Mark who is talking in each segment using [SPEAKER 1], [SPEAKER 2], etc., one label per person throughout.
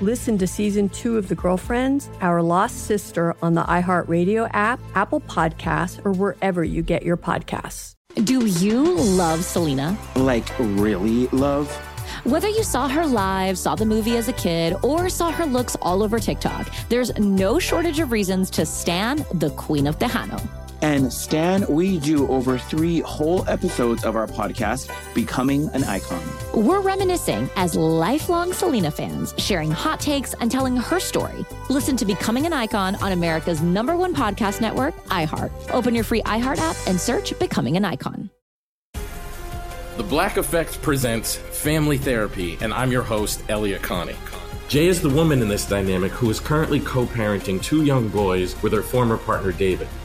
[SPEAKER 1] Listen to season two of The Girlfriends, Our Lost Sister on the iHeartRadio app, Apple Podcasts, or wherever you get your podcasts.
[SPEAKER 2] Do you love Selena?
[SPEAKER 3] Like, really love?
[SPEAKER 2] Whether you saw her live, saw the movie as a kid, or saw her looks all over TikTok, there's no shortage of reasons to stan the Queen of Tejano.
[SPEAKER 3] And Stan, we do over three whole episodes of our podcast, Becoming an Icon.
[SPEAKER 2] We're reminiscing as lifelong Selena fans, sharing hot takes and telling her story. Listen to Becoming an Icon on America's number one podcast network, iHeart. Open your free iHeart app and search Becoming an Icon.
[SPEAKER 4] The Black Effect presents Family Therapy, and I'm your host, Elia Connie. Jay is the woman in this dynamic who is currently co parenting two young boys with her former partner, David.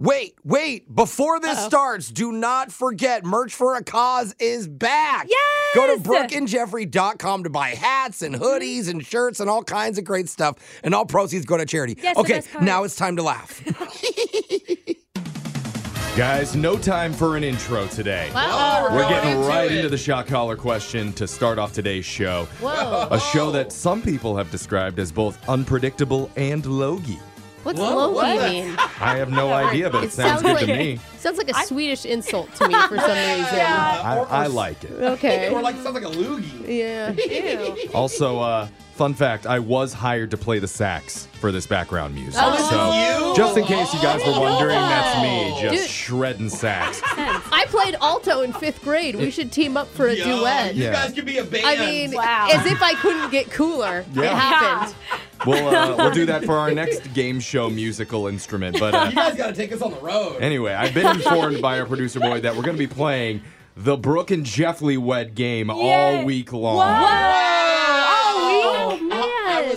[SPEAKER 5] Wait, wait, before this starts, do not forget merch for a cause is back.
[SPEAKER 1] Yes!
[SPEAKER 5] Go to brookandjeffrey.com to buy hats and hoodies and shirts and all kinds of great stuff. And all proceeds go to charity.
[SPEAKER 1] Yes, the
[SPEAKER 5] okay,
[SPEAKER 1] best part.
[SPEAKER 5] now it's time to laugh.
[SPEAKER 6] Guys, no time for an intro today. We're getting right into the shot collar question to start off today's show.
[SPEAKER 7] Whoa.
[SPEAKER 6] A show that some people have described as both unpredictable and logy.
[SPEAKER 7] What's Loki mean?
[SPEAKER 6] I have no idea, but it,
[SPEAKER 7] It
[SPEAKER 6] sounds,
[SPEAKER 7] sounds
[SPEAKER 6] good
[SPEAKER 7] like-
[SPEAKER 6] to me.
[SPEAKER 7] Sounds like a Swedish insult to me for some reason.
[SPEAKER 6] I, I like it.
[SPEAKER 7] Okay.
[SPEAKER 5] like, sounds like a loogie.
[SPEAKER 7] Yeah.
[SPEAKER 6] Also, uh, fun fact I was hired to play the sax for this background music.
[SPEAKER 7] Oh,
[SPEAKER 5] this is you?
[SPEAKER 6] Just in case you guys were wondering, that's me just
[SPEAKER 7] Dude.
[SPEAKER 6] shredding sax.
[SPEAKER 7] I played alto in fifth grade. We should team up for a duet.
[SPEAKER 6] Yeah. guys
[SPEAKER 5] could be a band.
[SPEAKER 7] I mean,
[SPEAKER 2] Wow.
[SPEAKER 7] as if I couldn't get cooler. It
[SPEAKER 6] Yeah.
[SPEAKER 7] happened.
[SPEAKER 6] We'll, uh, we'll do that for our next game show musical instrument. But uh,
[SPEAKER 5] guys got to take us on the road.
[SPEAKER 6] Anyway, I've been informed by our producer boy that we're going to be playing the Brooke and Jeff Lee wed game all week long.
[SPEAKER 7] Oh, man.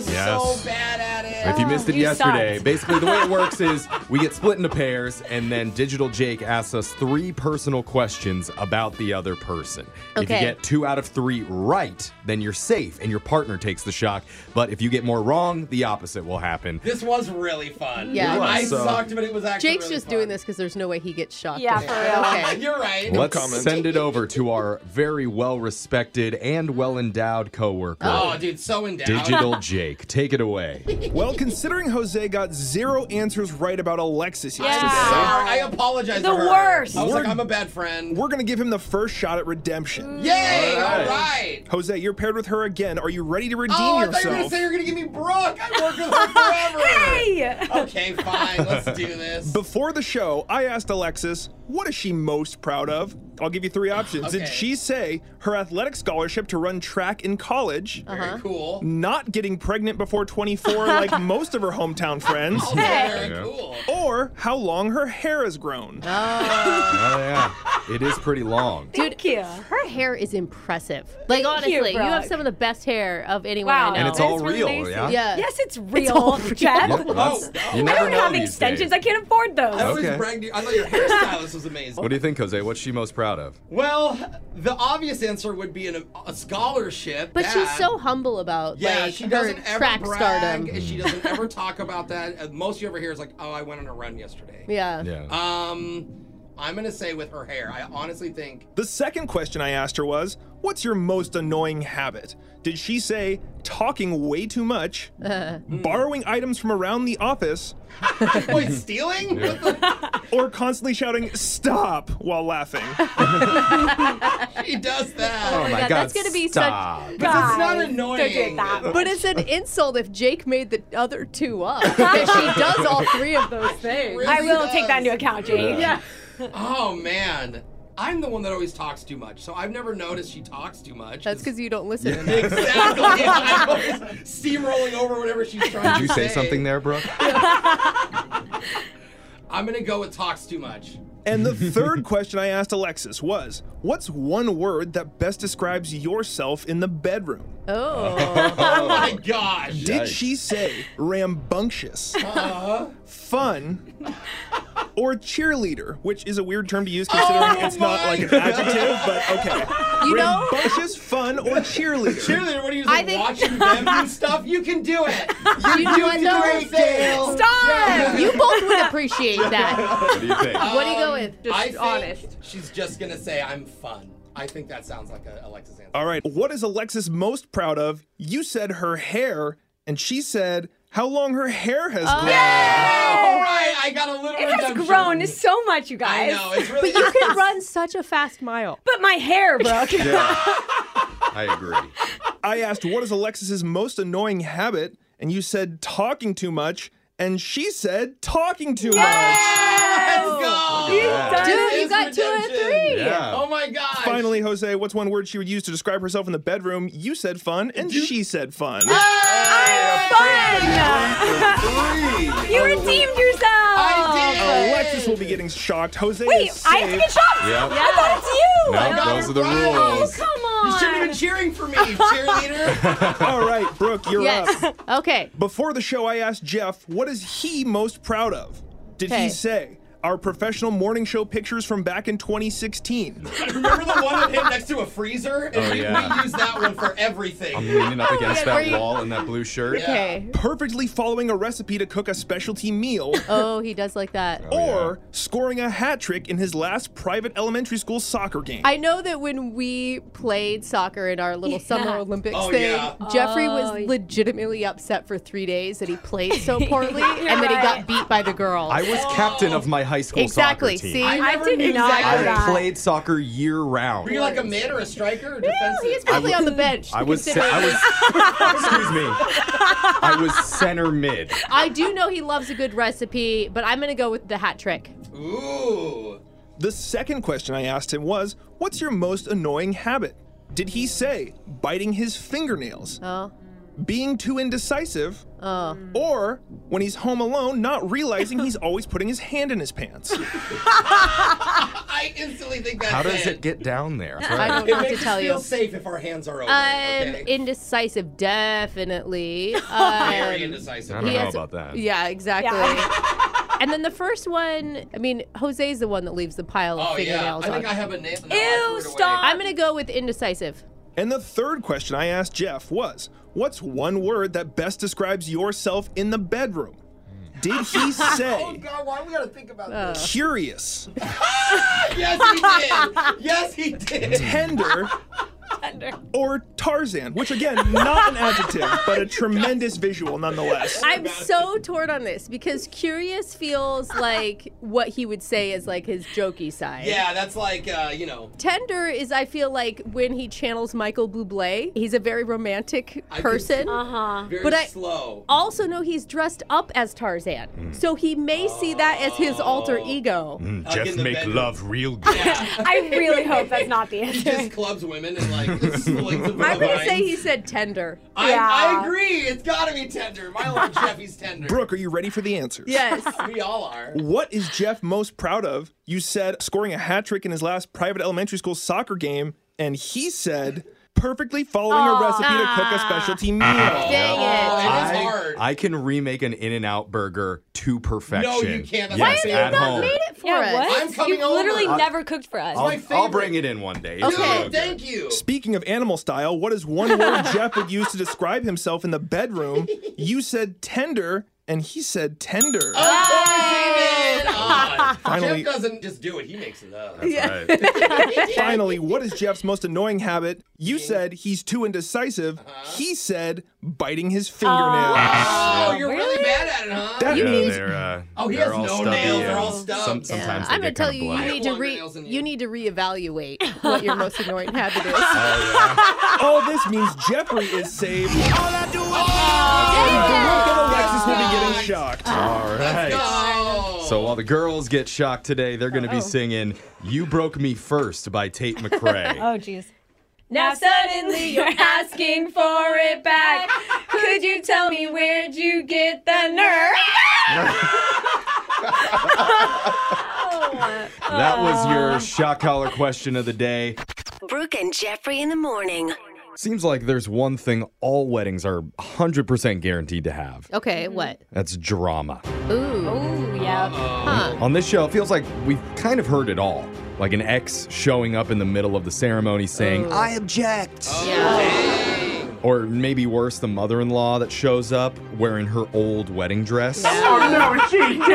[SPEAKER 6] Yes.
[SPEAKER 5] bad at it.
[SPEAKER 6] If you missed it
[SPEAKER 2] You
[SPEAKER 6] yesterday, basically the way it works is we get split into pairs, and then Digital Jake asks us three personal questions about the other person. If you
[SPEAKER 7] Okay.
[SPEAKER 6] get two out of three right, then you're safe and your partner takes the shock. But if you get more wrong, the opposite will happen.
[SPEAKER 5] This was really fun.
[SPEAKER 7] Yeah. It was,
[SPEAKER 6] I so- sucked,
[SPEAKER 5] but it was actually
[SPEAKER 7] Jake's just doing this because there's no way he gets shocked.
[SPEAKER 2] Yeah,
[SPEAKER 7] at it.
[SPEAKER 2] for real.
[SPEAKER 7] Okay.
[SPEAKER 5] You're right.
[SPEAKER 6] Let's send it over to our very well respected and well endowed coworker.
[SPEAKER 8] Oh,
[SPEAKER 5] Oh, dude, so endowed.
[SPEAKER 6] Digital Jake, take it away.
[SPEAKER 8] Well, considering Jose got zero answers right about Alexis yesterday,
[SPEAKER 5] Sorry, I apologize.
[SPEAKER 2] The
[SPEAKER 5] to her.
[SPEAKER 2] worst.
[SPEAKER 5] I was like,
[SPEAKER 8] We're-
[SPEAKER 5] I'm a bad friend.
[SPEAKER 8] we're going to give him the first shot at redemption.
[SPEAKER 5] Yay!
[SPEAKER 6] All
[SPEAKER 5] All
[SPEAKER 6] right.
[SPEAKER 5] right.
[SPEAKER 8] Jose, you're paired with her again. Are you ready to redeem
[SPEAKER 5] Oh, I thought you were gonna
[SPEAKER 8] yourself?
[SPEAKER 5] say you're gonna give me Brooke. I worked with her forever. hey. Okay, fine. Let's do this.
[SPEAKER 8] Before the show, I asked Alexis, what is she most proud of? I'll give you three options. Did
[SPEAKER 5] Okay.
[SPEAKER 8] she say her athletic scholarship to run track in college?
[SPEAKER 7] Uh-huh.
[SPEAKER 5] Very cool.
[SPEAKER 8] Not getting pregnant before 24 like most of her hometown friends?
[SPEAKER 5] Very cool.
[SPEAKER 8] Or how long her hair has grown?
[SPEAKER 6] Oh, yeah. It is pretty long.
[SPEAKER 7] Dude, her hair is impressive. Like, honestly, you, have
[SPEAKER 2] Brock.
[SPEAKER 7] some of the best hair of anyone I know.
[SPEAKER 6] And it's all real, yeah?
[SPEAKER 7] yeah.
[SPEAKER 1] Yes, it's real,
[SPEAKER 7] all real.
[SPEAKER 1] Jeff.
[SPEAKER 6] Yeah, that's-
[SPEAKER 5] Oh,
[SPEAKER 6] you never
[SPEAKER 1] I don't
[SPEAKER 6] know
[SPEAKER 1] have
[SPEAKER 6] these
[SPEAKER 1] extensions.
[SPEAKER 6] days.
[SPEAKER 1] I can't afford those.
[SPEAKER 5] I always
[SPEAKER 6] Okay.
[SPEAKER 5] bragged. I thought your hairstylist was amazing.
[SPEAKER 6] What do you think, Jose? What's she most proud of?
[SPEAKER 5] Well, the obvious answer would be an, a scholarship.
[SPEAKER 7] But she's
[SPEAKER 5] that-
[SPEAKER 7] so humble about
[SPEAKER 5] Yeah,
[SPEAKER 7] like
[SPEAKER 5] she
[SPEAKER 7] her
[SPEAKER 5] doesn't ever
[SPEAKER 7] track
[SPEAKER 5] brag.
[SPEAKER 7] stardom.
[SPEAKER 5] She doesn't ever talk about that. Uh, Most you ever hear is like, "Oh, I went on a run yesterday."
[SPEAKER 7] Yeah.
[SPEAKER 6] Yeah.
[SPEAKER 5] Um, I'm gonna say with her hair. I honestly think
[SPEAKER 8] The second question I asked her was, What's your most annoying habit? Did she say talking way too much,
[SPEAKER 7] Oh
[SPEAKER 8] borrowing items from around the office,
[SPEAKER 5] Wait, stealing?
[SPEAKER 8] or constantly shouting, Stop, while laughing?
[SPEAKER 5] she does that.
[SPEAKER 8] Oh my my God, God,
[SPEAKER 7] that's gonna be
[SPEAKER 8] stop.
[SPEAKER 7] such.
[SPEAKER 8] But that's not
[SPEAKER 7] Guys,
[SPEAKER 5] annoying.
[SPEAKER 7] Don't do that. But it's an insult if Jake made the other two up. That she does all three of those things.
[SPEAKER 5] really I will take that
[SPEAKER 7] into account,
[SPEAKER 5] Jake.
[SPEAKER 7] Yeah.
[SPEAKER 5] Oh man. I'm the one that always talks too much, so I've never noticed she talks too much.
[SPEAKER 7] That's because you don't listen.
[SPEAKER 5] exactly. I'm always steamrolling over whatever she's trying
[SPEAKER 6] Did you
[SPEAKER 5] to
[SPEAKER 6] say something there, Brooke?
[SPEAKER 5] I'm gonna go with talks too much.
[SPEAKER 8] And the third question I asked Alexis was, What's one word that best describes yourself in the bedroom?
[SPEAKER 7] Oh.
[SPEAKER 5] oh my gosh.
[SPEAKER 8] Did she say rambunctious,
[SPEAKER 5] Uh-huh.
[SPEAKER 8] fun, or cheerleader, which is a weird term to use considering
[SPEAKER 5] Oh
[SPEAKER 8] it's not
[SPEAKER 5] my
[SPEAKER 8] like an
[SPEAKER 5] God.
[SPEAKER 8] adjective, but okay.
[SPEAKER 7] You know-
[SPEAKER 8] rambunctious, fun, or cheerleader.
[SPEAKER 5] Cheerleader, what are you
[SPEAKER 7] I
[SPEAKER 5] like,
[SPEAKER 7] think-
[SPEAKER 5] watching them and stuff? You can do it. You,
[SPEAKER 7] You
[SPEAKER 5] do
[SPEAKER 7] know what,
[SPEAKER 5] it
[SPEAKER 7] though?
[SPEAKER 5] great, Dale.
[SPEAKER 7] Stop! You both would appreciate that.
[SPEAKER 6] What do you think?
[SPEAKER 7] What do you go
[SPEAKER 5] Um,
[SPEAKER 7] with? Just
[SPEAKER 5] I think
[SPEAKER 7] honest.
[SPEAKER 5] She's just gonna say I'm fun. I think that sounds like a Alexis answer.
[SPEAKER 8] All right, what is Alexis most proud of? You said her hair, and she said how long her hair has
[SPEAKER 5] Oh,
[SPEAKER 8] grown.
[SPEAKER 5] All right, I got a little.
[SPEAKER 9] Oh, It has
[SPEAKER 5] redemption.
[SPEAKER 9] grown so much, you
[SPEAKER 5] I
[SPEAKER 9] guys.
[SPEAKER 5] know it's
[SPEAKER 7] But
[SPEAKER 5] really.
[SPEAKER 7] you can run such a fast mile.
[SPEAKER 9] But my hair, Brooke.
[SPEAKER 6] I agree.
[SPEAKER 8] I asked what is Alexis's most annoying habit, and you said talking too much, and she said talking too
[SPEAKER 5] Let's
[SPEAKER 7] Oh,
[SPEAKER 5] go.
[SPEAKER 6] that.
[SPEAKER 7] Dude,
[SPEAKER 5] This
[SPEAKER 7] you
[SPEAKER 5] is
[SPEAKER 7] got two out of
[SPEAKER 5] redemption.
[SPEAKER 7] three.
[SPEAKER 6] Yeah.
[SPEAKER 5] Oh my gosh.
[SPEAKER 8] much. Finally, Jose, what's one word she would use to describe herself in the bedroom? You said fun, and she said fun.
[SPEAKER 9] Fun. you redeemed yourself.
[SPEAKER 7] Oh,
[SPEAKER 5] I
[SPEAKER 8] Alexis will be getting shocked. Jose
[SPEAKER 9] Wait,
[SPEAKER 8] is
[SPEAKER 9] I have to
[SPEAKER 8] saved.
[SPEAKER 9] get shots.
[SPEAKER 6] Yep.
[SPEAKER 9] I thought it's you.
[SPEAKER 6] No, those are the
[SPEAKER 5] right.
[SPEAKER 6] rules.
[SPEAKER 9] Come on.
[SPEAKER 5] You should have been cheering for me, cheerleader.
[SPEAKER 8] All right, Brooke, you're
[SPEAKER 7] Yes.
[SPEAKER 8] up.
[SPEAKER 7] Okay.
[SPEAKER 8] Before the show, I asked Jeff, what is he most proud of? Did
[SPEAKER 7] Okay.
[SPEAKER 8] he say our professional morning show pictures from back in 2016?
[SPEAKER 5] Remember the one of him next to a freezer? And
[SPEAKER 6] Oh,
[SPEAKER 5] we,
[SPEAKER 6] yeah.
[SPEAKER 5] we use that one for everything.
[SPEAKER 6] I'm leaning up against
[SPEAKER 7] God, Oh, were
[SPEAKER 6] that
[SPEAKER 7] you-
[SPEAKER 6] wall in that blue shirt.
[SPEAKER 7] Okay.
[SPEAKER 8] Perfectly following a recipe to cook a specialty meal.
[SPEAKER 7] Oh, he does like that.
[SPEAKER 8] Or scoring a hat trick in his last private elementary school soccer game.
[SPEAKER 7] I know that when we played soccer in our little Summer Olympics
[SPEAKER 5] Oh,
[SPEAKER 7] thing,
[SPEAKER 5] yeah.
[SPEAKER 7] Jeffrey
[SPEAKER 9] Oh,
[SPEAKER 7] was
[SPEAKER 9] yeah.
[SPEAKER 7] legitimately upset for three days that he played so poorly and
[SPEAKER 9] You're
[SPEAKER 7] that he got
[SPEAKER 9] right.
[SPEAKER 7] beat by the girls.
[SPEAKER 6] I was
[SPEAKER 5] Oh.
[SPEAKER 6] captain of my high school
[SPEAKER 7] exactly.
[SPEAKER 6] soccer team.
[SPEAKER 7] See?
[SPEAKER 5] I
[SPEAKER 9] I
[SPEAKER 5] never
[SPEAKER 9] did
[SPEAKER 5] knew
[SPEAKER 9] not
[SPEAKER 5] that.
[SPEAKER 9] know
[SPEAKER 6] I
[SPEAKER 9] that.
[SPEAKER 6] played soccer year round.
[SPEAKER 5] Were you like a mid or a striker or defensive?
[SPEAKER 7] He's probably on the bench.
[SPEAKER 6] I was. se-
[SPEAKER 7] considering-
[SPEAKER 6] I was. excuse me. I was center mid.
[SPEAKER 7] I do know he loves a good recipe, but I'm gonna go with the hat trick.
[SPEAKER 5] Ooh.
[SPEAKER 8] The second question I asked him was, What's your most annoying habit? Did he say biting his fingernails,
[SPEAKER 7] Oh,
[SPEAKER 8] being too indecisive,
[SPEAKER 7] oh,
[SPEAKER 8] or when he's home alone, not realizing he's always putting his hand in his pants?
[SPEAKER 5] I instantly think that's
[SPEAKER 6] How does
[SPEAKER 5] it
[SPEAKER 6] it get down there?
[SPEAKER 7] I don't
[SPEAKER 5] It
[SPEAKER 7] know what to
[SPEAKER 5] makes
[SPEAKER 7] tell
[SPEAKER 5] us
[SPEAKER 7] you.
[SPEAKER 5] feel safe if our hands are over.
[SPEAKER 7] I'm
[SPEAKER 5] okay?
[SPEAKER 7] Um, indecisive, definitely. Um,
[SPEAKER 5] Very indecisive.
[SPEAKER 6] I don't
[SPEAKER 7] He
[SPEAKER 6] know
[SPEAKER 7] has-
[SPEAKER 6] about that.
[SPEAKER 7] Yeah, exactly. and then the first one, I mean, Jose's the one that leaves the pile of
[SPEAKER 5] Oh yeah,
[SPEAKER 7] fingernails
[SPEAKER 5] I think
[SPEAKER 7] on.
[SPEAKER 5] I have a nail. No, I threw
[SPEAKER 9] Ew,
[SPEAKER 5] it away.
[SPEAKER 9] stop.
[SPEAKER 7] I'm gonna go with indecisive.
[SPEAKER 8] And the third question I asked Jeff was, What's one word that best describes yourself in the bedroom? Did he
[SPEAKER 5] Oh
[SPEAKER 8] say
[SPEAKER 5] God, why we gotta think about
[SPEAKER 7] Oh.
[SPEAKER 5] this?
[SPEAKER 8] curious,
[SPEAKER 5] Yes, he did. Yes, he did.
[SPEAKER 8] tender, or Tarzan? Which, again, not an adjective, but a tremendous visual nonetheless.
[SPEAKER 7] I'm so torn on this because curious feels like what he would say is like his jokey side.
[SPEAKER 5] Yeah, that's like uh, you know.
[SPEAKER 7] Tender is, I feel like, when he channels Michael Bublé. He's a very romantic
[SPEAKER 5] I could-
[SPEAKER 7] person.
[SPEAKER 9] Uh huh.
[SPEAKER 5] Very
[SPEAKER 7] But I-
[SPEAKER 5] slow.
[SPEAKER 7] also know he's dressed up as Tarzan.
[SPEAKER 6] Hmm.
[SPEAKER 7] So he may see that as his alter
[SPEAKER 5] Oh.
[SPEAKER 7] ego.
[SPEAKER 6] Mm,
[SPEAKER 5] Like in
[SPEAKER 6] Jeff
[SPEAKER 5] the
[SPEAKER 6] make
[SPEAKER 5] bedroom.
[SPEAKER 6] love real good.
[SPEAKER 9] I really hope that's not the
[SPEAKER 5] He
[SPEAKER 9] answer.
[SPEAKER 5] just clubs women and like slings them
[SPEAKER 7] I'm
[SPEAKER 5] with
[SPEAKER 7] going to
[SPEAKER 5] vines.
[SPEAKER 7] say he said tender.
[SPEAKER 5] I,
[SPEAKER 9] Yeah.
[SPEAKER 5] I agree. It's gotta be tender. My little Jeffy's tender.
[SPEAKER 8] Brooke, are you ready for the answers?
[SPEAKER 7] Yes.
[SPEAKER 5] We all are.
[SPEAKER 8] What is Jeff most proud of? You said scoring a hat trick in his last private elementary school soccer game, and he said perfectly following a recipe to cook a specialty meal.
[SPEAKER 7] Dang
[SPEAKER 5] Oh,
[SPEAKER 7] it.
[SPEAKER 5] it is
[SPEAKER 6] I,
[SPEAKER 5] hard.
[SPEAKER 6] I can remake an In and Out burger to perfection.
[SPEAKER 5] can't.
[SPEAKER 6] Yes,
[SPEAKER 5] That's my
[SPEAKER 6] at
[SPEAKER 5] favorite.
[SPEAKER 6] home.
[SPEAKER 7] Made it for
[SPEAKER 9] yeah,
[SPEAKER 7] us.
[SPEAKER 9] what?
[SPEAKER 5] I'm coming
[SPEAKER 9] You've literally
[SPEAKER 5] over.
[SPEAKER 9] never cooked for us.
[SPEAKER 5] my
[SPEAKER 6] I'll, I'll
[SPEAKER 5] favorite.
[SPEAKER 6] bring it in one day. It's
[SPEAKER 5] Dude,
[SPEAKER 9] Ah.
[SPEAKER 7] Okay.
[SPEAKER 6] real good.
[SPEAKER 5] thank you.
[SPEAKER 8] Speaking of animal style, what is one word Jeff would use to describe himself in the
[SPEAKER 5] Oh,
[SPEAKER 8] bedroom? You said tender, and he said tender.
[SPEAKER 5] Of course he did. God.
[SPEAKER 8] Finally-
[SPEAKER 5] Jeff doesn't just do it, he makes it up.
[SPEAKER 8] Finally, what is Jeff's most annoying habit? You said he's too indecisive. He said biting his fingernails.
[SPEAKER 5] Oh, you're really bad at it, huh?
[SPEAKER 8] That
[SPEAKER 6] Yeah,
[SPEAKER 8] means
[SPEAKER 6] they're, uh,
[SPEAKER 5] Oh, he
[SPEAKER 6] they're
[SPEAKER 5] has
[SPEAKER 6] all
[SPEAKER 5] no
[SPEAKER 6] stubby
[SPEAKER 5] nails,
[SPEAKER 6] and
[SPEAKER 5] they're all
[SPEAKER 6] some-
[SPEAKER 5] stubbed.
[SPEAKER 6] sometimes
[SPEAKER 7] I'm
[SPEAKER 6] they
[SPEAKER 7] gonna
[SPEAKER 6] get
[SPEAKER 7] tell
[SPEAKER 6] kinda
[SPEAKER 7] you, you
[SPEAKER 6] black.
[SPEAKER 7] need to re you. need to reevaluate what your most annoying habit is.
[SPEAKER 8] Oh, All this means Jeffrey is saved.
[SPEAKER 7] Oh,
[SPEAKER 8] Alexis will be getting shocked.
[SPEAKER 6] All right.
[SPEAKER 5] go.
[SPEAKER 6] So while the girls get shocked today, they're going to be singing "You Broke Me First" by Tate McRae.
[SPEAKER 9] Oh, jeez. Now suddenly you're asking for it back. Could you tell me where'd you get the nerve?
[SPEAKER 6] that was your shock collar question of the day.
[SPEAKER 10] Brooke and Jeffrey in the morning.
[SPEAKER 6] Seems like there's one thing all weddings are 100% guaranteed to have.
[SPEAKER 7] Okay, what?
[SPEAKER 6] That's drama.
[SPEAKER 7] Ooh. Ooh, yeah. Huh.
[SPEAKER 6] On this show, it feels like we've kind of heard it all. Like an ex showing up in the middle of the ceremony saying, "I
[SPEAKER 11] object.
[SPEAKER 5] Oh.
[SPEAKER 6] Or maybe worse, the mother in law that shows up wearing her old wedding dress.
[SPEAKER 12] Oh no, she did.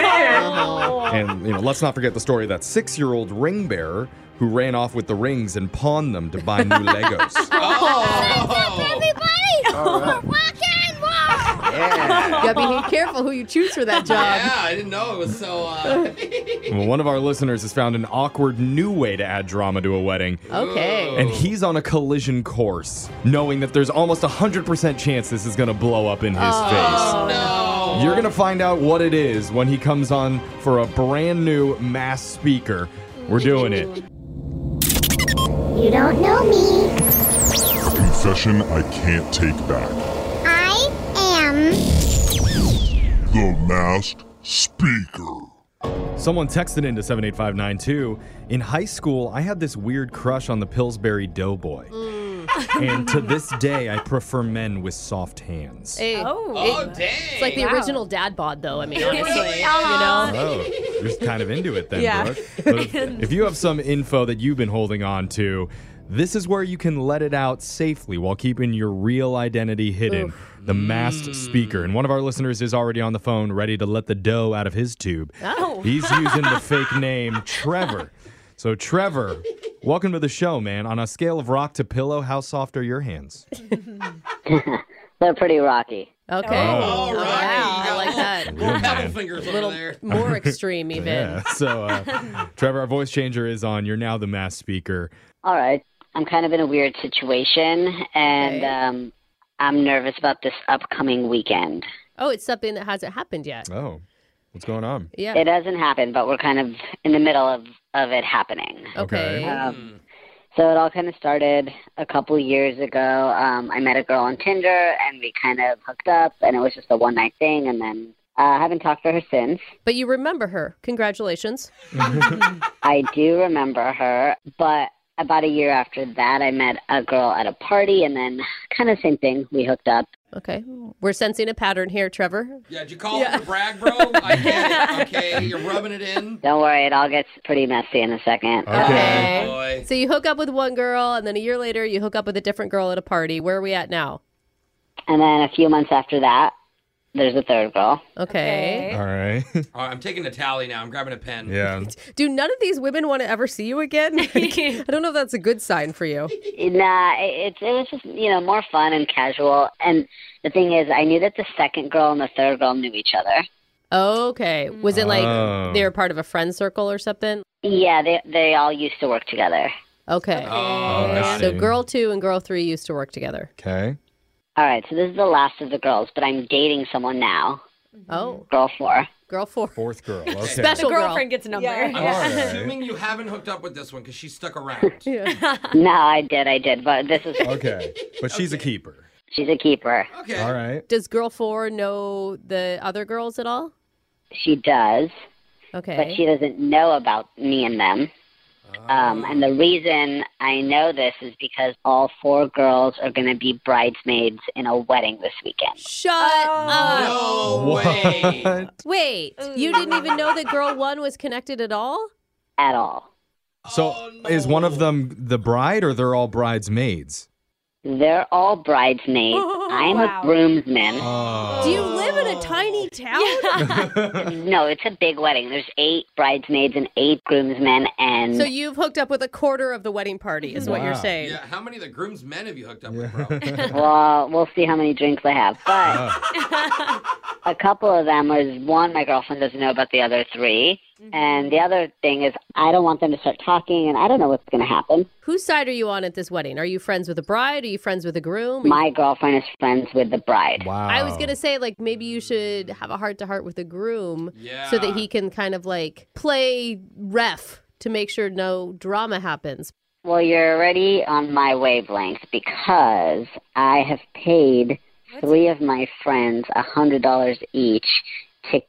[SPEAKER 6] And, you know, let's not forget the story of that six year old ring bearer who ran off with the rings and pawned them to buy new Legos.
[SPEAKER 13] Oh.
[SPEAKER 12] Everybody,
[SPEAKER 6] All right.
[SPEAKER 12] rock and roll.
[SPEAKER 7] You gotta be careful who you choose for that job.
[SPEAKER 5] Yeah, I didn't know it was so. Uh...
[SPEAKER 6] Well, one of our listeners has found an awkward new way to add drama to a wedding.
[SPEAKER 10] Oh.
[SPEAKER 7] Okay.
[SPEAKER 6] And he's on a collision course, knowing that there's almost a 100% chance this is going to blow up in his face.
[SPEAKER 5] no.
[SPEAKER 6] You're going to find out what it is when he comes on for a brand new mass speaker. We're doing it.
[SPEAKER 12] You don't know me.
[SPEAKER 14] Confession I can't take back.
[SPEAKER 12] I am.
[SPEAKER 14] The masked speaker.
[SPEAKER 6] Someone texted into 78592 In high school, I had this weird crush on the Pillsbury Doughboy. And to this day, I prefer men with soft hands.
[SPEAKER 7] Hey.
[SPEAKER 9] Oh,
[SPEAKER 7] It- It's like the
[SPEAKER 9] Wow.
[SPEAKER 7] original dad bod, though. I mean, honestly, you
[SPEAKER 9] Yeah.
[SPEAKER 7] know.
[SPEAKER 6] Oh, you're kind of into it then,
[SPEAKER 7] Yeah.
[SPEAKER 6] Brooke. But if, if you have some info that you've been holding on to, this is where you can let it out safely while keeping your real identity hidden. The masked speaker. And one of our listeners is already on the phone, ready to let the dough out of his tube.
[SPEAKER 12] Oh.
[SPEAKER 6] He's using the fake name Trevor. So, Trevor, welcome to the show, man. On a scale of rock to pillow, how soft are your hands?
[SPEAKER 15] They're pretty rocky.
[SPEAKER 7] Okay.
[SPEAKER 6] Oh.
[SPEAKER 7] wow. I like that.
[SPEAKER 6] Good, man.
[SPEAKER 5] fingers
[SPEAKER 7] a little more extreme, even.
[SPEAKER 6] Yeah. So, uh, Trevor, our voice changer is on. You're now the masked speaker.
[SPEAKER 15] All right. I'm kind of in a weird situation, and um, I'm nervous about this upcoming weekend.
[SPEAKER 7] Oh, it's something that hasn't happened yet.
[SPEAKER 6] Oh, what's going on?
[SPEAKER 7] Yeah.
[SPEAKER 15] It hasn't happened, but we're kind of in the middle of, of it happening.
[SPEAKER 7] Okay.
[SPEAKER 15] Um, so it all kind of started a couple years ago. Um, I met a girl on Tinder, and we kind of hooked up, and it was just a one night thing, and then uh, I haven't talked to her since.
[SPEAKER 7] But you remember her. Congratulations.
[SPEAKER 5] Mm-hmm.
[SPEAKER 15] I do remember her, but about a year after that, I met a girl at a party, and then kind of same thing. We hooked up.
[SPEAKER 7] Okay. We're sensing a pattern here, Trevor.
[SPEAKER 5] Yeah, did you call it the brag, bro? I get it. Okay, you're rubbing it in.
[SPEAKER 15] Don't worry, it all gets pretty messy in a second.
[SPEAKER 5] Okay. Boy.
[SPEAKER 7] So you hook up with one girl, and then a year later, you hook up with a different girl at a party. Where are we at now?
[SPEAKER 15] And then a few months after that, there's a third girl.
[SPEAKER 7] Okay.
[SPEAKER 6] All right.
[SPEAKER 5] All right, I'm taking the tally now. I'm grabbing a pen.
[SPEAKER 6] Yeah.
[SPEAKER 7] Do none of these women want to ever see you again? Like, I don't know if that's a good sign for you.
[SPEAKER 15] Nah, it, it, it was just, you know, more fun and casual. And the thing is, I knew that the second girl and the third girl knew each other.
[SPEAKER 7] Okay. Was it like
[SPEAKER 15] Oh.
[SPEAKER 7] they were part of a friend circle or something?
[SPEAKER 15] Yeah, they, they all used to work together.
[SPEAKER 7] Okay.
[SPEAKER 15] Oh,
[SPEAKER 7] Oh,
[SPEAKER 15] I
[SPEAKER 7] so
[SPEAKER 15] see.
[SPEAKER 7] girl two and girl three used to work together.
[SPEAKER 6] Okay.
[SPEAKER 15] All right, so this is the last of the girls, but I'm dating someone now.
[SPEAKER 7] Oh.
[SPEAKER 15] Girl four.
[SPEAKER 7] Girl four.
[SPEAKER 6] Fourth girl. Okay.
[SPEAKER 7] Special
[SPEAKER 15] The
[SPEAKER 7] girlfriend
[SPEAKER 9] gets a number.
[SPEAKER 5] I'm
[SPEAKER 6] All right.
[SPEAKER 5] assuming you haven't hooked up with this one because she stuck around.
[SPEAKER 15] no, I did, I did, but this is.
[SPEAKER 6] Okay. But she's a keeper.
[SPEAKER 15] She's a keeper.
[SPEAKER 5] Okay.
[SPEAKER 6] All right.
[SPEAKER 7] Does girl four know the other girls at all?
[SPEAKER 15] She does.
[SPEAKER 7] Okay.
[SPEAKER 15] but she doesn't know about me and them. Um, and
[SPEAKER 9] Oh.
[SPEAKER 15] the reason I know this is because all four girls are going to be bridesmaids in a wedding this weekend.
[SPEAKER 7] Shut up. Uh, Wait, you didn't even know that girl one was connected at all?
[SPEAKER 15] At all.
[SPEAKER 6] So, is one of them the bride or they're all bridesmaids?
[SPEAKER 15] They're all bridesmaids. I'm
[SPEAKER 9] wow.
[SPEAKER 15] a groomsman.
[SPEAKER 7] Oh.
[SPEAKER 9] Do you live in a tiny
[SPEAKER 15] Oh.
[SPEAKER 9] town?
[SPEAKER 15] no, it's a big wedding. There's eight bridesmaids and eight groomsmen, and
[SPEAKER 7] So you've hooked up with a quarter of the wedding party, is what you're
[SPEAKER 15] Wow.
[SPEAKER 7] saying.
[SPEAKER 5] Yeah, how many of the groomsmen have you hooked up with,
[SPEAKER 15] well, we'll see how many drinks I have.
[SPEAKER 5] Uh.
[SPEAKER 15] But a couple of them is one, my girlfriend doesn't know about the other 3
[SPEAKER 7] Mm-hmm.
[SPEAKER 15] and the other thing is I don't want them to start talking, and I don't know what's going to happen.
[SPEAKER 7] Whose side are you on at this wedding? Are you friends with the bride? Are you friends with the groom?
[SPEAKER 15] My girlfriend is friends with the bride.
[SPEAKER 6] Wow.
[SPEAKER 7] I was
[SPEAKER 15] Oh.
[SPEAKER 7] going to say, like, maybe you should have a heart to heart with the groom so
[SPEAKER 15] Yeah.
[SPEAKER 7] that he can kind of like play ref to make sure no drama happens.
[SPEAKER 15] Well, you're already on my wavelength because I have paid three of my friends a hundred dollars each to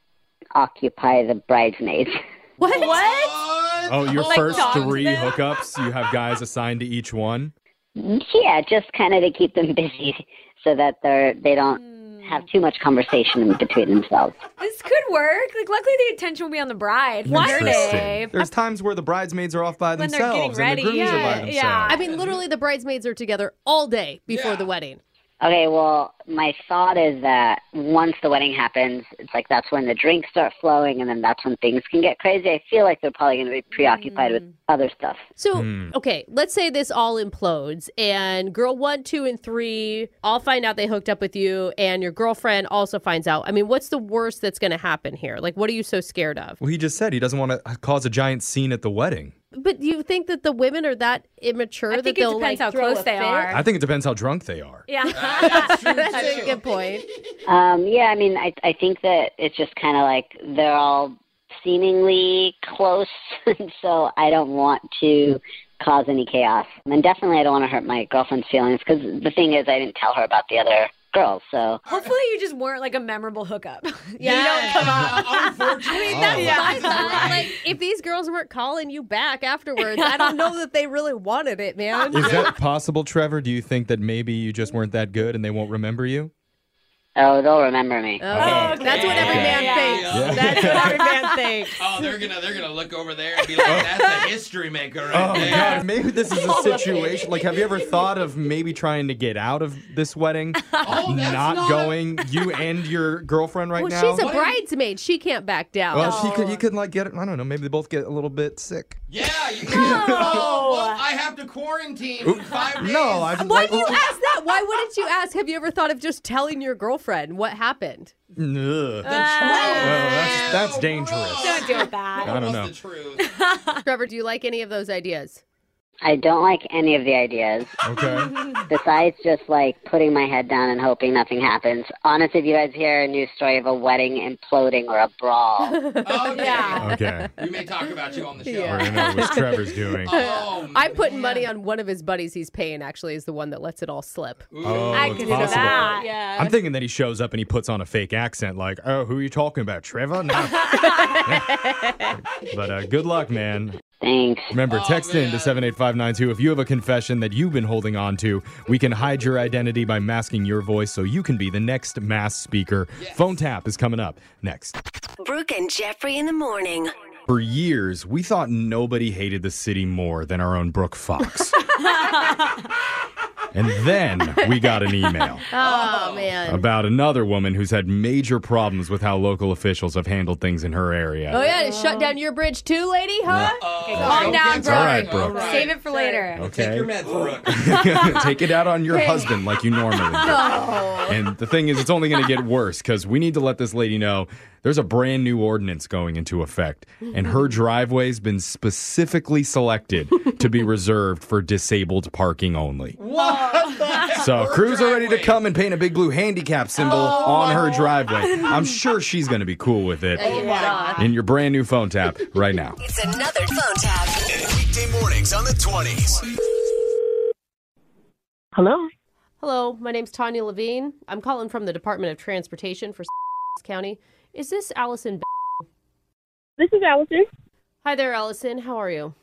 [SPEAKER 15] occupy the bridesmaids.
[SPEAKER 7] What?
[SPEAKER 9] What?
[SPEAKER 6] Oh, your
[SPEAKER 9] Like
[SPEAKER 6] first
[SPEAKER 9] dogs
[SPEAKER 6] three
[SPEAKER 9] now?
[SPEAKER 6] hookups, you have guys assigned to each one.
[SPEAKER 15] Yeah, just kind of to keep them busy so that they're they
[SPEAKER 7] Hmm.
[SPEAKER 15] don't have too much conversation between themselves.
[SPEAKER 9] This could work. Like, luckily, the attention will be on the bride. One day.
[SPEAKER 6] There's times where the bridesmaids are off by
[SPEAKER 9] When they're getting
[SPEAKER 6] themselves and the grooms
[SPEAKER 9] ready.
[SPEAKER 6] are by
[SPEAKER 9] Yeah,
[SPEAKER 6] themselves.
[SPEAKER 9] yeah.
[SPEAKER 7] I mean, literally, the bridesmaids are together all day before the wedding.
[SPEAKER 15] Okay, well, my thought is that once the wedding happens, it's like that's when the drinks start flowing, and then that's when things can get crazy. I feel like they're probably going to be preoccupied with other stuff.
[SPEAKER 7] Mm. So, okay, let's say this all implodes and girl one, two, and three all find out they hooked up with you and your girlfriend also finds out. I mean, what's the worst that's going to happen here? Like, what are you so scared of?
[SPEAKER 6] Well, he just said he doesn't want to cause a giant scene at the wedding.
[SPEAKER 7] But you think that the women are that immature that
[SPEAKER 9] think it
[SPEAKER 7] they'll
[SPEAKER 9] depends
[SPEAKER 7] like
[SPEAKER 9] how
[SPEAKER 7] throw
[SPEAKER 9] close
[SPEAKER 7] a
[SPEAKER 9] they
[SPEAKER 7] fit?
[SPEAKER 9] are.
[SPEAKER 6] I think it depends how drunk they are.
[SPEAKER 9] Yeah.
[SPEAKER 6] Uh,
[SPEAKER 7] That's a good point.
[SPEAKER 15] Um, yeah, I mean, I I think that it's just kind of like they're all seemingly close, and so I don't want to cause any chaos. And definitely, I don't want to hurt my girlfriend's feelings because the thing is, I didn't tell her about the other girls. So
[SPEAKER 9] Hopefully, you just weren't like a memorable hookup.
[SPEAKER 7] Yeah.
[SPEAKER 9] You don't come up.
[SPEAKER 7] I mean,
[SPEAKER 9] Oh.
[SPEAKER 7] that's
[SPEAKER 9] Yeah.
[SPEAKER 7] my thought. Like, if these girls weren't calling you back afterwards, I don't know that they really wanted it, man.
[SPEAKER 6] Is that possible, Trevor? Do you think that maybe you just weren't that good and they won't remember you?
[SPEAKER 15] oh, they'll remember me.
[SPEAKER 7] Oh, That's what every man thinks.
[SPEAKER 6] Yeah.
[SPEAKER 7] That's what every man thinks.
[SPEAKER 5] Oh, they're gonna they're gonna look over there and be like, "That's a history maker right
[SPEAKER 6] Oh
[SPEAKER 5] there."
[SPEAKER 6] God, maybe this is a situation. Like, have you ever thought of maybe trying to get out of this wedding, not,
[SPEAKER 7] Oh, not-
[SPEAKER 6] going? You and your girlfriend right
[SPEAKER 7] well,
[SPEAKER 6] now.
[SPEAKER 7] she's a bridesmaid. She can't back down.
[SPEAKER 6] Well, she could. You could like get. I don't know. Maybe they both get a little bit sick.
[SPEAKER 5] Oh, well, I have to quarantine for five days.
[SPEAKER 6] no, I
[SPEAKER 7] Why do you ask that? Why wouldn't you ask? Have you ever thought of just telling your girlfriend what happened?
[SPEAKER 6] oh. Ugh. Well, that's, that's dangerous.
[SPEAKER 7] Don't do that.
[SPEAKER 6] I don't know.
[SPEAKER 7] Trevor, do you like any of those ideas?
[SPEAKER 15] I don't like any of the ideas.
[SPEAKER 6] Okay.
[SPEAKER 15] Besides just like putting my head down and hoping nothing happens. Honestly, if you guys hear a news story of a wedding imploding or a brawl,
[SPEAKER 7] Yeah.
[SPEAKER 6] Okay.
[SPEAKER 5] We may talk about you on the show. Oh,
[SPEAKER 6] We're gonna know what was Trevor's doing.
[SPEAKER 7] I'm putting money on one of his buddies he's paying, actually, is the one that lets it all slip.
[SPEAKER 6] Oh,
[SPEAKER 7] I
[SPEAKER 6] it's
[SPEAKER 7] could do
[SPEAKER 6] possible.
[SPEAKER 7] that. Yeah.
[SPEAKER 6] I'm thinking that he shows up and he puts on a fake accent, like, "Oh, who are you talking about, Trevor?" No. but uh, good luck, man.
[SPEAKER 15] Thanks.
[SPEAKER 6] Remember, text in to 78592 if you have a confession that you've been holding on to. We can hide your identity by masking your voice so you can be the next mass speaker. Phone tap is coming up next.
[SPEAKER 10] Brooke and Jeffrey in the morning.
[SPEAKER 6] For years, we thought nobody hated the city more than our own Brooke Fox. and then we got an email.
[SPEAKER 7] Oh, man.
[SPEAKER 6] about another woman who's had major problems with how local officials have handled things in her area.
[SPEAKER 7] Oh, yeah, to shut down your bridge too, lady, huh?
[SPEAKER 5] Oh.
[SPEAKER 7] Okay,
[SPEAKER 9] Calm down,
[SPEAKER 6] All right,
[SPEAKER 9] Brooke.
[SPEAKER 6] Brooke.
[SPEAKER 9] Save it for later.
[SPEAKER 6] Okay. Take your meds,
[SPEAKER 9] Brooke.
[SPEAKER 6] Take it out on your
[SPEAKER 9] Hey.
[SPEAKER 6] husband like you normally do.
[SPEAKER 9] No.
[SPEAKER 6] And the thing is, it's only going to get worse because we need to let this lady know there's a brand new ordinance going into effect, and her driveway's been specifically selected to be reserved for disabled parking only.
[SPEAKER 12] What
[SPEAKER 6] So crews are ready to come and paint a big blue handicap symbol on her driveway. I'm sure she's going to be cool with it.
[SPEAKER 10] Oh my God.
[SPEAKER 6] In your brand new phone tap right now.
[SPEAKER 10] It's another phone tap.
[SPEAKER 13] Weekday mornings on the 20s.
[SPEAKER 16] Hello?
[SPEAKER 7] Hello, my name's Tanya Levine. I'm calling from the Department of Transportation for County. Is this Allison?
[SPEAKER 16] This is Allison.
[SPEAKER 7] Hi there, Allison. How are you?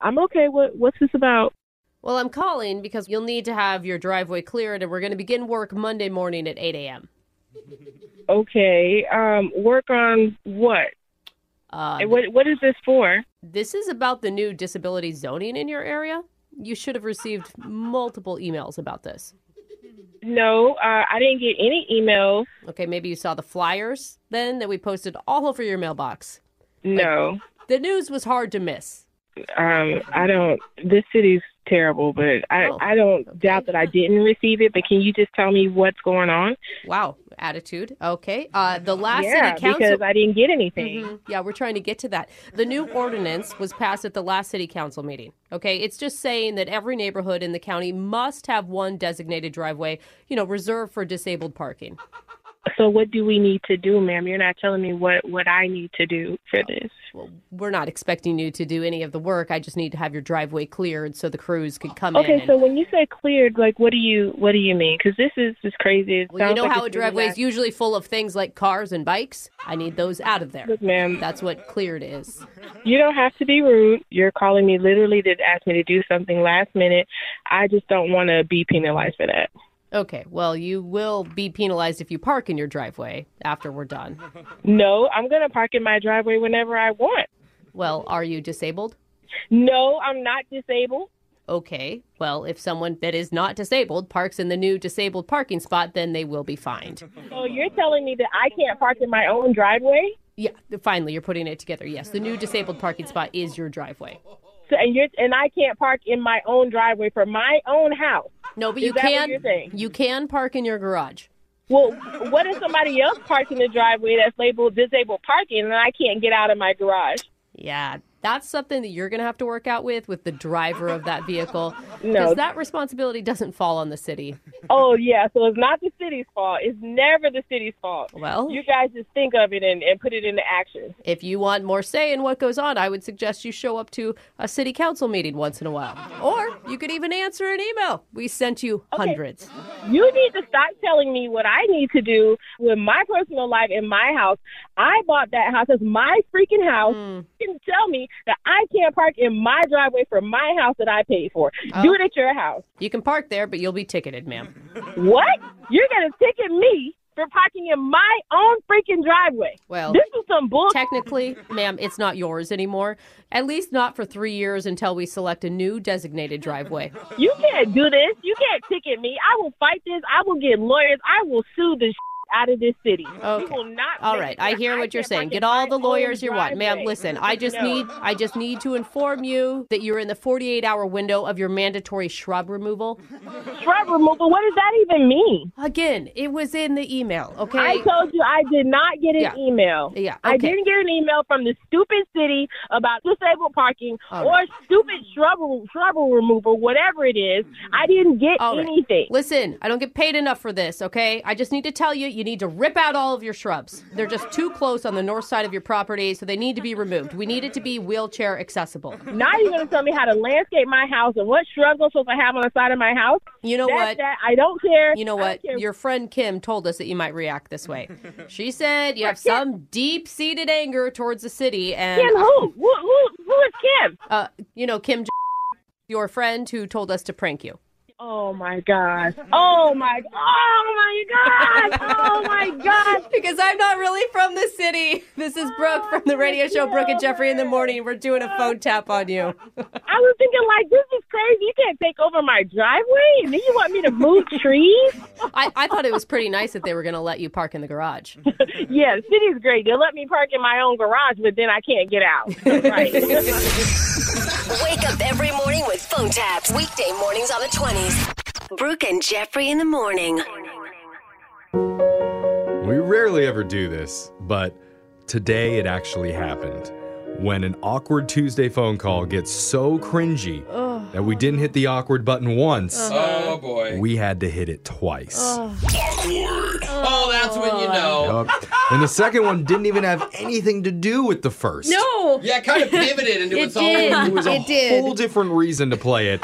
[SPEAKER 16] I'm okay. What what's this about?
[SPEAKER 7] Well, I'm calling because you'll need to have your driveway cleared, and we're going to begin work Monday morning at 8 a.m.
[SPEAKER 16] Okay. Um work on what?
[SPEAKER 7] Uh,
[SPEAKER 16] And what what is this for?
[SPEAKER 7] This is about the new disability zoning in your area. You should have received multiple emails about this.
[SPEAKER 16] No, uh, I didn't get any emails.
[SPEAKER 7] Okay, maybe you saw the flyers then that we posted all over your mailbox.
[SPEAKER 16] No.
[SPEAKER 7] The news was hard to miss.
[SPEAKER 16] Um, I don't. This city's terrible, but I
[SPEAKER 7] Oh.
[SPEAKER 16] I don't doubt that I didn't receive it. But can you just tell me what's going on?
[SPEAKER 7] Wow, attitude. Okay. Uh, the last
[SPEAKER 16] Yeah,
[SPEAKER 7] city council.
[SPEAKER 16] because I didn't get anything.
[SPEAKER 7] Mhm. Yeah, we're trying to get to that. The new ordinance was passed at the last city council meeting. Okay. It's just saying that every neighborhood in the county must have one designated driveway, you know, reserved for disabled parking.
[SPEAKER 16] So what do we need to do, ma'am? You're not telling me what what I need to do
[SPEAKER 7] Oh.
[SPEAKER 16] for this.
[SPEAKER 7] We're not expecting you to do any of the work. I just need to have your driveway cleared so the crews could come in.
[SPEAKER 16] Okay,
[SPEAKER 7] and-
[SPEAKER 16] so when you say cleared, like what do you what do you mean? Because this is just crazy. It
[SPEAKER 7] Well, you
[SPEAKER 16] sounds
[SPEAKER 7] know
[SPEAKER 16] like
[SPEAKER 7] how a
[SPEAKER 16] it's really
[SPEAKER 7] driveway
[SPEAKER 16] not-
[SPEAKER 7] is usually full of things like cars and bikes? I need those out of there.
[SPEAKER 16] Look, ma'am.
[SPEAKER 7] That's what cleared is.
[SPEAKER 16] You don't have to be rude. You're calling me literally to ask me to do something last minute. I just don't want to be penalized for that.
[SPEAKER 7] Okay, well, you will be penalized if you park in your driveway after we're done.
[SPEAKER 16] No, I'm gonna park in my driveway whenever I want.
[SPEAKER 7] Well, are you disabled?
[SPEAKER 16] No, I'm not disabled.
[SPEAKER 7] Okay, well, if someone that is not disabled parks in the new disabled parking spot, then they will be fined.
[SPEAKER 16] So you're telling me that I can't park in my own driveway,
[SPEAKER 7] Yeah, finally, you're putting it together. Yes, the new disabled parking spot is your driveway.
[SPEAKER 16] so, and you're and I can't park in my own driveway for my own house.
[SPEAKER 7] No, but
[SPEAKER 16] Is
[SPEAKER 7] you
[SPEAKER 16] that what
[SPEAKER 7] can
[SPEAKER 16] you're saying?
[SPEAKER 7] you can park in your garage.
[SPEAKER 16] Well, what if somebody else parks in the driveway that's labeled disabled parking and I can't get out of my garage?
[SPEAKER 7] Yeah, that's something that you're going to have to work out with with the driver of that vehicle because
[SPEAKER 16] No.
[SPEAKER 7] that responsibility doesn't fall on the city.
[SPEAKER 16] Oh yeah, so it's not the city's fault. It's never the city's fault.
[SPEAKER 7] Well-
[SPEAKER 16] you guys just think of it and, and put it into action.
[SPEAKER 7] If you want more say in what goes on, I would suggest you show up to a city council meeting once in a while. Or you could even answer an email. We sent you hundreds.
[SPEAKER 16] You need to stop telling me what I need to do with my personal life in my house. I bought that house. It's my freaking house.
[SPEAKER 7] Mm.
[SPEAKER 16] You can tell me that I can't park in my driveway for my house that I paid for. Do it at your house.
[SPEAKER 7] Oh. You can park there, but you'll be ticketed, ma'am.
[SPEAKER 16] What? You're going to ticket me for parking in my own freaking driveway.
[SPEAKER 7] Well,
[SPEAKER 16] this is some bull.
[SPEAKER 7] Technically, ma'am, it's not yours anymore. At least not for three years until we select a new designated driveway.
[SPEAKER 16] You can't do this. You can't ticket me. I will fight this. I will get lawyers. I will sue the out of this city.
[SPEAKER 7] Okay.
[SPEAKER 16] You will not.
[SPEAKER 7] All right, I hear what you're saying. Get all the lawyers you want, ma'am. Listen, I just
[SPEAKER 16] No.
[SPEAKER 7] need I just need to inform you that you're in the 48 hour window of your mandatory shrub removal.
[SPEAKER 16] Shrub removal. What does that even mean?
[SPEAKER 7] Again, it was in the email. Okay.
[SPEAKER 16] I told you I did not get an
[SPEAKER 7] Yeah.
[SPEAKER 16] email.
[SPEAKER 7] Yeah,
[SPEAKER 16] I
[SPEAKER 7] okay.
[SPEAKER 16] didn't get an email from the stupid city about disabled parking
[SPEAKER 7] All
[SPEAKER 16] or
[SPEAKER 7] right.
[SPEAKER 16] stupid shrub, shrub removal, whatever it is. I didn't get
[SPEAKER 7] All right.
[SPEAKER 16] anything.
[SPEAKER 7] Listen, I don't get paid enough for this, okay? I just need to tell you, you need to rip out all of your shrubs. They're just too close on the north side of your property, so they need to be removed. We need it to be wheelchair accessible.
[SPEAKER 16] Now you're going to tell me how to landscape my house and what shrubs I'm supposed to have on the side of my house.
[SPEAKER 7] You know
[SPEAKER 16] That's
[SPEAKER 7] what?
[SPEAKER 16] That. I don't care.
[SPEAKER 7] You know
[SPEAKER 16] I don't
[SPEAKER 7] what?
[SPEAKER 16] care.
[SPEAKER 7] Your friend Kim told us that you might react this way. She said you have some deep seated anger towards the city and
[SPEAKER 16] Kim who? Who, who? who is Kim?
[SPEAKER 7] Uh, you know, Kim, your friend who told us to prank you.
[SPEAKER 16] Oh my gosh. Oh my. Oh my gosh. Oh my gosh.
[SPEAKER 7] because I'm not really from the city. This is Brooke from the radio show Brooke and Jeffrey in the Morning. We're doing a phone tap on you.
[SPEAKER 16] I was thinking like this is crazy. You can't take over my driveway and then you want me to move trees?
[SPEAKER 7] I, I thought it was pretty nice that they were going to let you park in the garage.
[SPEAKER 16] yeah, the city's great. They'll let me park in my own garage, but then I can't get out.
[SPEAKER 10] Wake up every morning with phone taps. Weekday mornings on the 20s. Brooke and Jeffrey in the morning.
[SPEAKER 6] We rarely ever do this, but today it actually happened. When an awkward Tuesday phone call gets so cringy
[SPEAKER 10] Ugh.
[SPEAKER 6] that we didn't hit the awkward button once,
[SPEAKER 5] Oh, boy.
[SPEAKER 6] we had to hit it twice.
[SPEAKER 5] Awkward. Oh, that's when you know.
[SPEAKER 6] Yup. and the second one didn't even have anything to do with the first.
[SPEAKER 5] No. Yeah, it kind of pivoted into
[SPEAKER 9] It
[SPEAKER 5] its
[SPEAKER 9] did.
[SPEAKER 5] own.
[SPEAKER 6] It was a
[SPEAKER 9] It did.
[SPEAKER 6] whole different reason to play it.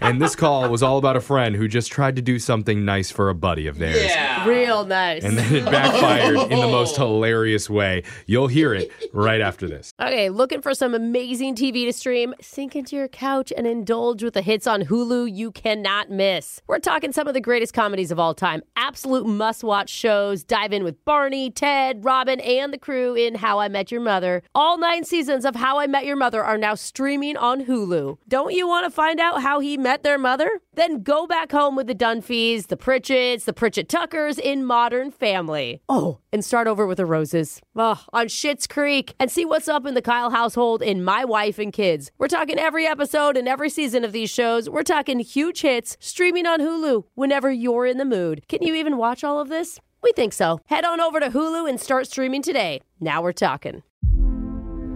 [SPEAKER 6] and this call was all about a friend who just tried to do something nice for a buddy of theirs.
[SPEAKER 5] Yeah.
[SPEAKER 7] Real nice.
[SPEAKER 6] And then it backfired in the most
[SPEAKER 17] Oh.
[SPEAKER 6] hilarious way. You'll hear it right after this.
[SPEAKER 7] Okay, looking for some amazing TV to stream? Sink into your couch and indulge with the hits on Hulu you cannot miss. We're talking some of the greatest comedies of all time, absolute must watch shows. Dive in with Barney, Ted, Robin, and the crew in How I Met Your Mother. All nine seasons of How I Met Your Mother are now streaming on Hulu. Don't you want to find out how he met their mother? Then go back home with the Dunphys, the Pritchett's, the Pritchett Tuckers in Modern Family. Oh, and start over with the Roses. Oh, on Schitt's Creek and see what's up in the Kyle household in My Wife and Kids. We're talking every episode and every season of these shows. We're talking huge hits streaming on Hulu whenever you're in the mood. Can you even watch all of this? We think so. Head on over to Hulu and start streaming today. Now we're talking.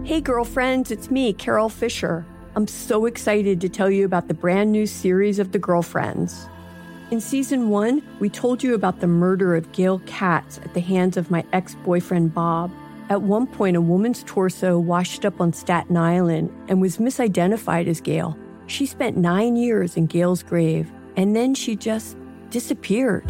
[SPEAKER 1] Hey, girlfriends, it's me, Carol Fisher. I'm so excited to tell you about the brand new series of The Girlfriends. In season one, we told you about the murder of Gail Katz at the hands of my ex boyfriend, Bob. At one point, a woman's torso washed up on Staten Island and was misidentified as Gail. She spent nine years in Gail's grave, and then she just disappeared.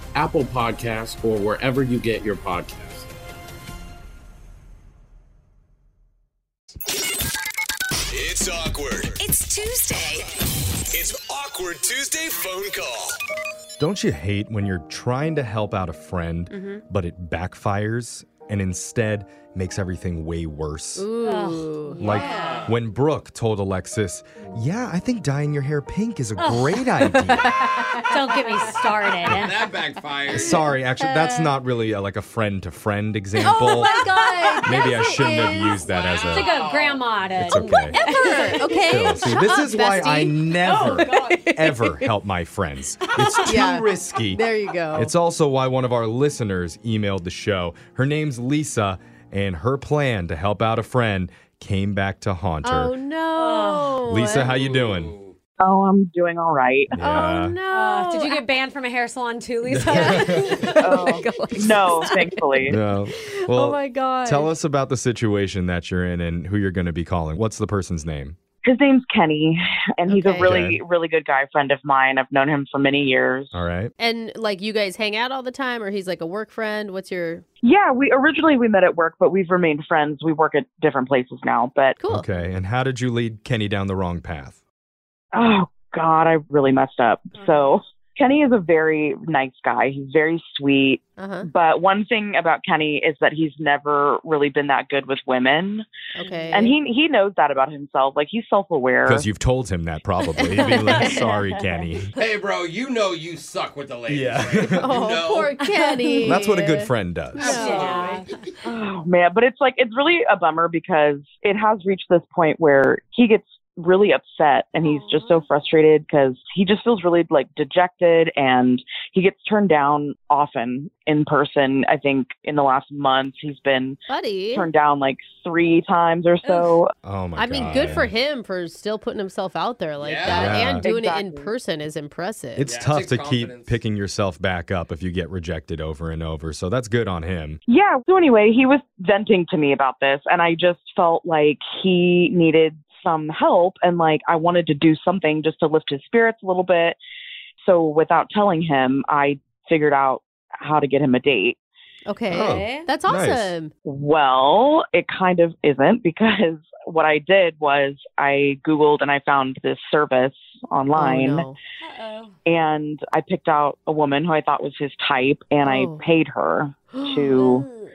[SPEAKER 4] Apple Podcasts, or wherever you get your podcasts.
[SPEAKER 13] It's awkward.
[SPEAKER 10] It's Tuesday.
[SPEAKER 13] It's Awkward Tuesday phone call.
[SPEAKER 6] Don't you hate when you're trying to help out a friend,
[SPEAKER 9] Mm-hmm.
[SPEAKER 7] Mhm.
[SPEAKER 6] but it backfires and instead makes everything way worse?
[SPEAKER 7] Ooh.
[SPEAKER 6] Like when Brooke told Alexis, Yeah, I think dyeing your hair pink is a
[SPEAKER 17] Ugh.
[SPEAKER 6] great
[SPEAKER 9] Oh.
[SPEAKER 6] idea.
[SPEAKER 17] Don't get me started.
[SPEAKER 5] that backfired.
[SPEAKER 6] Sorry, actually, that's not really a, like a friend to friend example.
[SPEAKER 17] Oh my god.
[SPEAKER 6] Maybe I
[SPEAKER 17] Yes, it
[SPEAKER 6] shouldn't
[SPEAKER 17] is.
[SPEAKER 6] have used that as
[SPEAKER 17] It's like
[SPEAKER 6] a.
[SPEAKER 17] a grandma to
[SPEAKER 6] It's okay.
[SPEAKER 17] whatever.
[SPEAKER 6] Still,
[SPEAKER 17] Okay.
[SPEAKER 6] see, this is why I never, ever help my friends. It's too
[SPEAKER 17] Oh, Yeah.
[SPEAKER 6] risky.
[SPEAKER 17] There you go.
[SPEAKER 6] It's also why one of our listeners emailed the show. Her name's Lisa, and her plan to help out a friend came back to haunt
[SPEAKER 7] Oh
[SPEAKER 6] her.
[SPEAKER 7] no.
[SPEAKER 6] Lisa, how you doing?
[SPEAKER 18] Oh, I'm doing all right.
[SPEAKER 6] Yeah.
[SPEAKER 17] Oh, No. Uh, did you get banned from a hair salon too, Lisa?
[SPEAKER 18] No, thankfully.
[SPEAKER 6] No. Well,
[SPEAKER 17] Oh, my gosh.
[SPEAKER 6] Tell us about the situation that you're in and who you're going to be calling. What's the person's name?
[SPEAKER 18] His name's Kenny, and he's
[SPEAKER 7] Okay.
[SPEAKER 18] a really,
[SPEAKER 6] Okay.
[SPEAKER 18] really good guy friend of mine. I've known him for many years.
[SPEAKER 6] All right.
[SPEAKER 7] And like you guys hang out all the time, or he's like a work friend? What's your
[SPEAKER 18] Yeah, we originally we met at work, but we've remained friends. We work at different places now, but
[SPEAKER 7] cool?
[SPEAKER 6] Okay. And how did you lead Kenny down the wrong path?
[SPEAKER 18] Oh God, I really messed up.
[SPEAKER 7] Mm-hmm.
[SPEAKER 18] So Kenny is a very nice guy. He's very sweet.
[SPEAKER 7] Uh-huh.
[SPEAKER 18] But one thing about Kenny is that he's never really been that good with women.
[SPEAKER 7] Okay.
[SPEAKER 18] And he he knows that about himself. Like he's self aware.
[SPEAKER 6] Because you've told him that probably. You'd be like, sorry, Kenny.
[SPEAKER 5] Hey, bro, you know you suck with the ladies.
[SPEAKER 6] Yeah.
[SPEAKER 5] Right?
[SPEAKER 7] Oh, poor Kenny.
[SPEAKER 6] That's what a good friend does.
[SPEAKER 18] Oh man, but it's like it's really a bummer because it has reached this point where he gets really upset and he's just so frustrated because he just feels really like dejected and he gets turned down often in person. I think in the last month he's been
[SPEAKER 7] Buddy.
[SPEAKER 18] turned down like three times or so.
[SPEAKER 6] Oh my
[SPEAKER 7] I mean, good for him for still putting himself out there like that
[SPEAKER 6] Yeah.
[SPEAKER 7] and doing it in person is impressive.
[SPEAKER 6] It's tough to keep picking yourself back up if you get rejected over and over. So that's good on him.
[SPEAKER 18] Yeah. So anyway, he was venting to me about this, and I just felt like he needed some help, and like I wanted to do something just to lift his spirits a little bit. So without telling him, I figured out how to get him a date.
[SPEAKER 7] Okay.
[SPEAKER 18] Oh,
[SPEAKER 7] That's
[SPEAKER 18] nice.
[SPEAKER 7] awesome.
[SPEAKER 18] Well, it kind of isn't because what I did was I Googled and I found this service online.
[SPEAKER 7] Oh, no.
[SPEAKER 18] And I picked out a woman who I thought was his type and
[SPEAKER 7] Oh.
[SPEAKER 18] I paid her to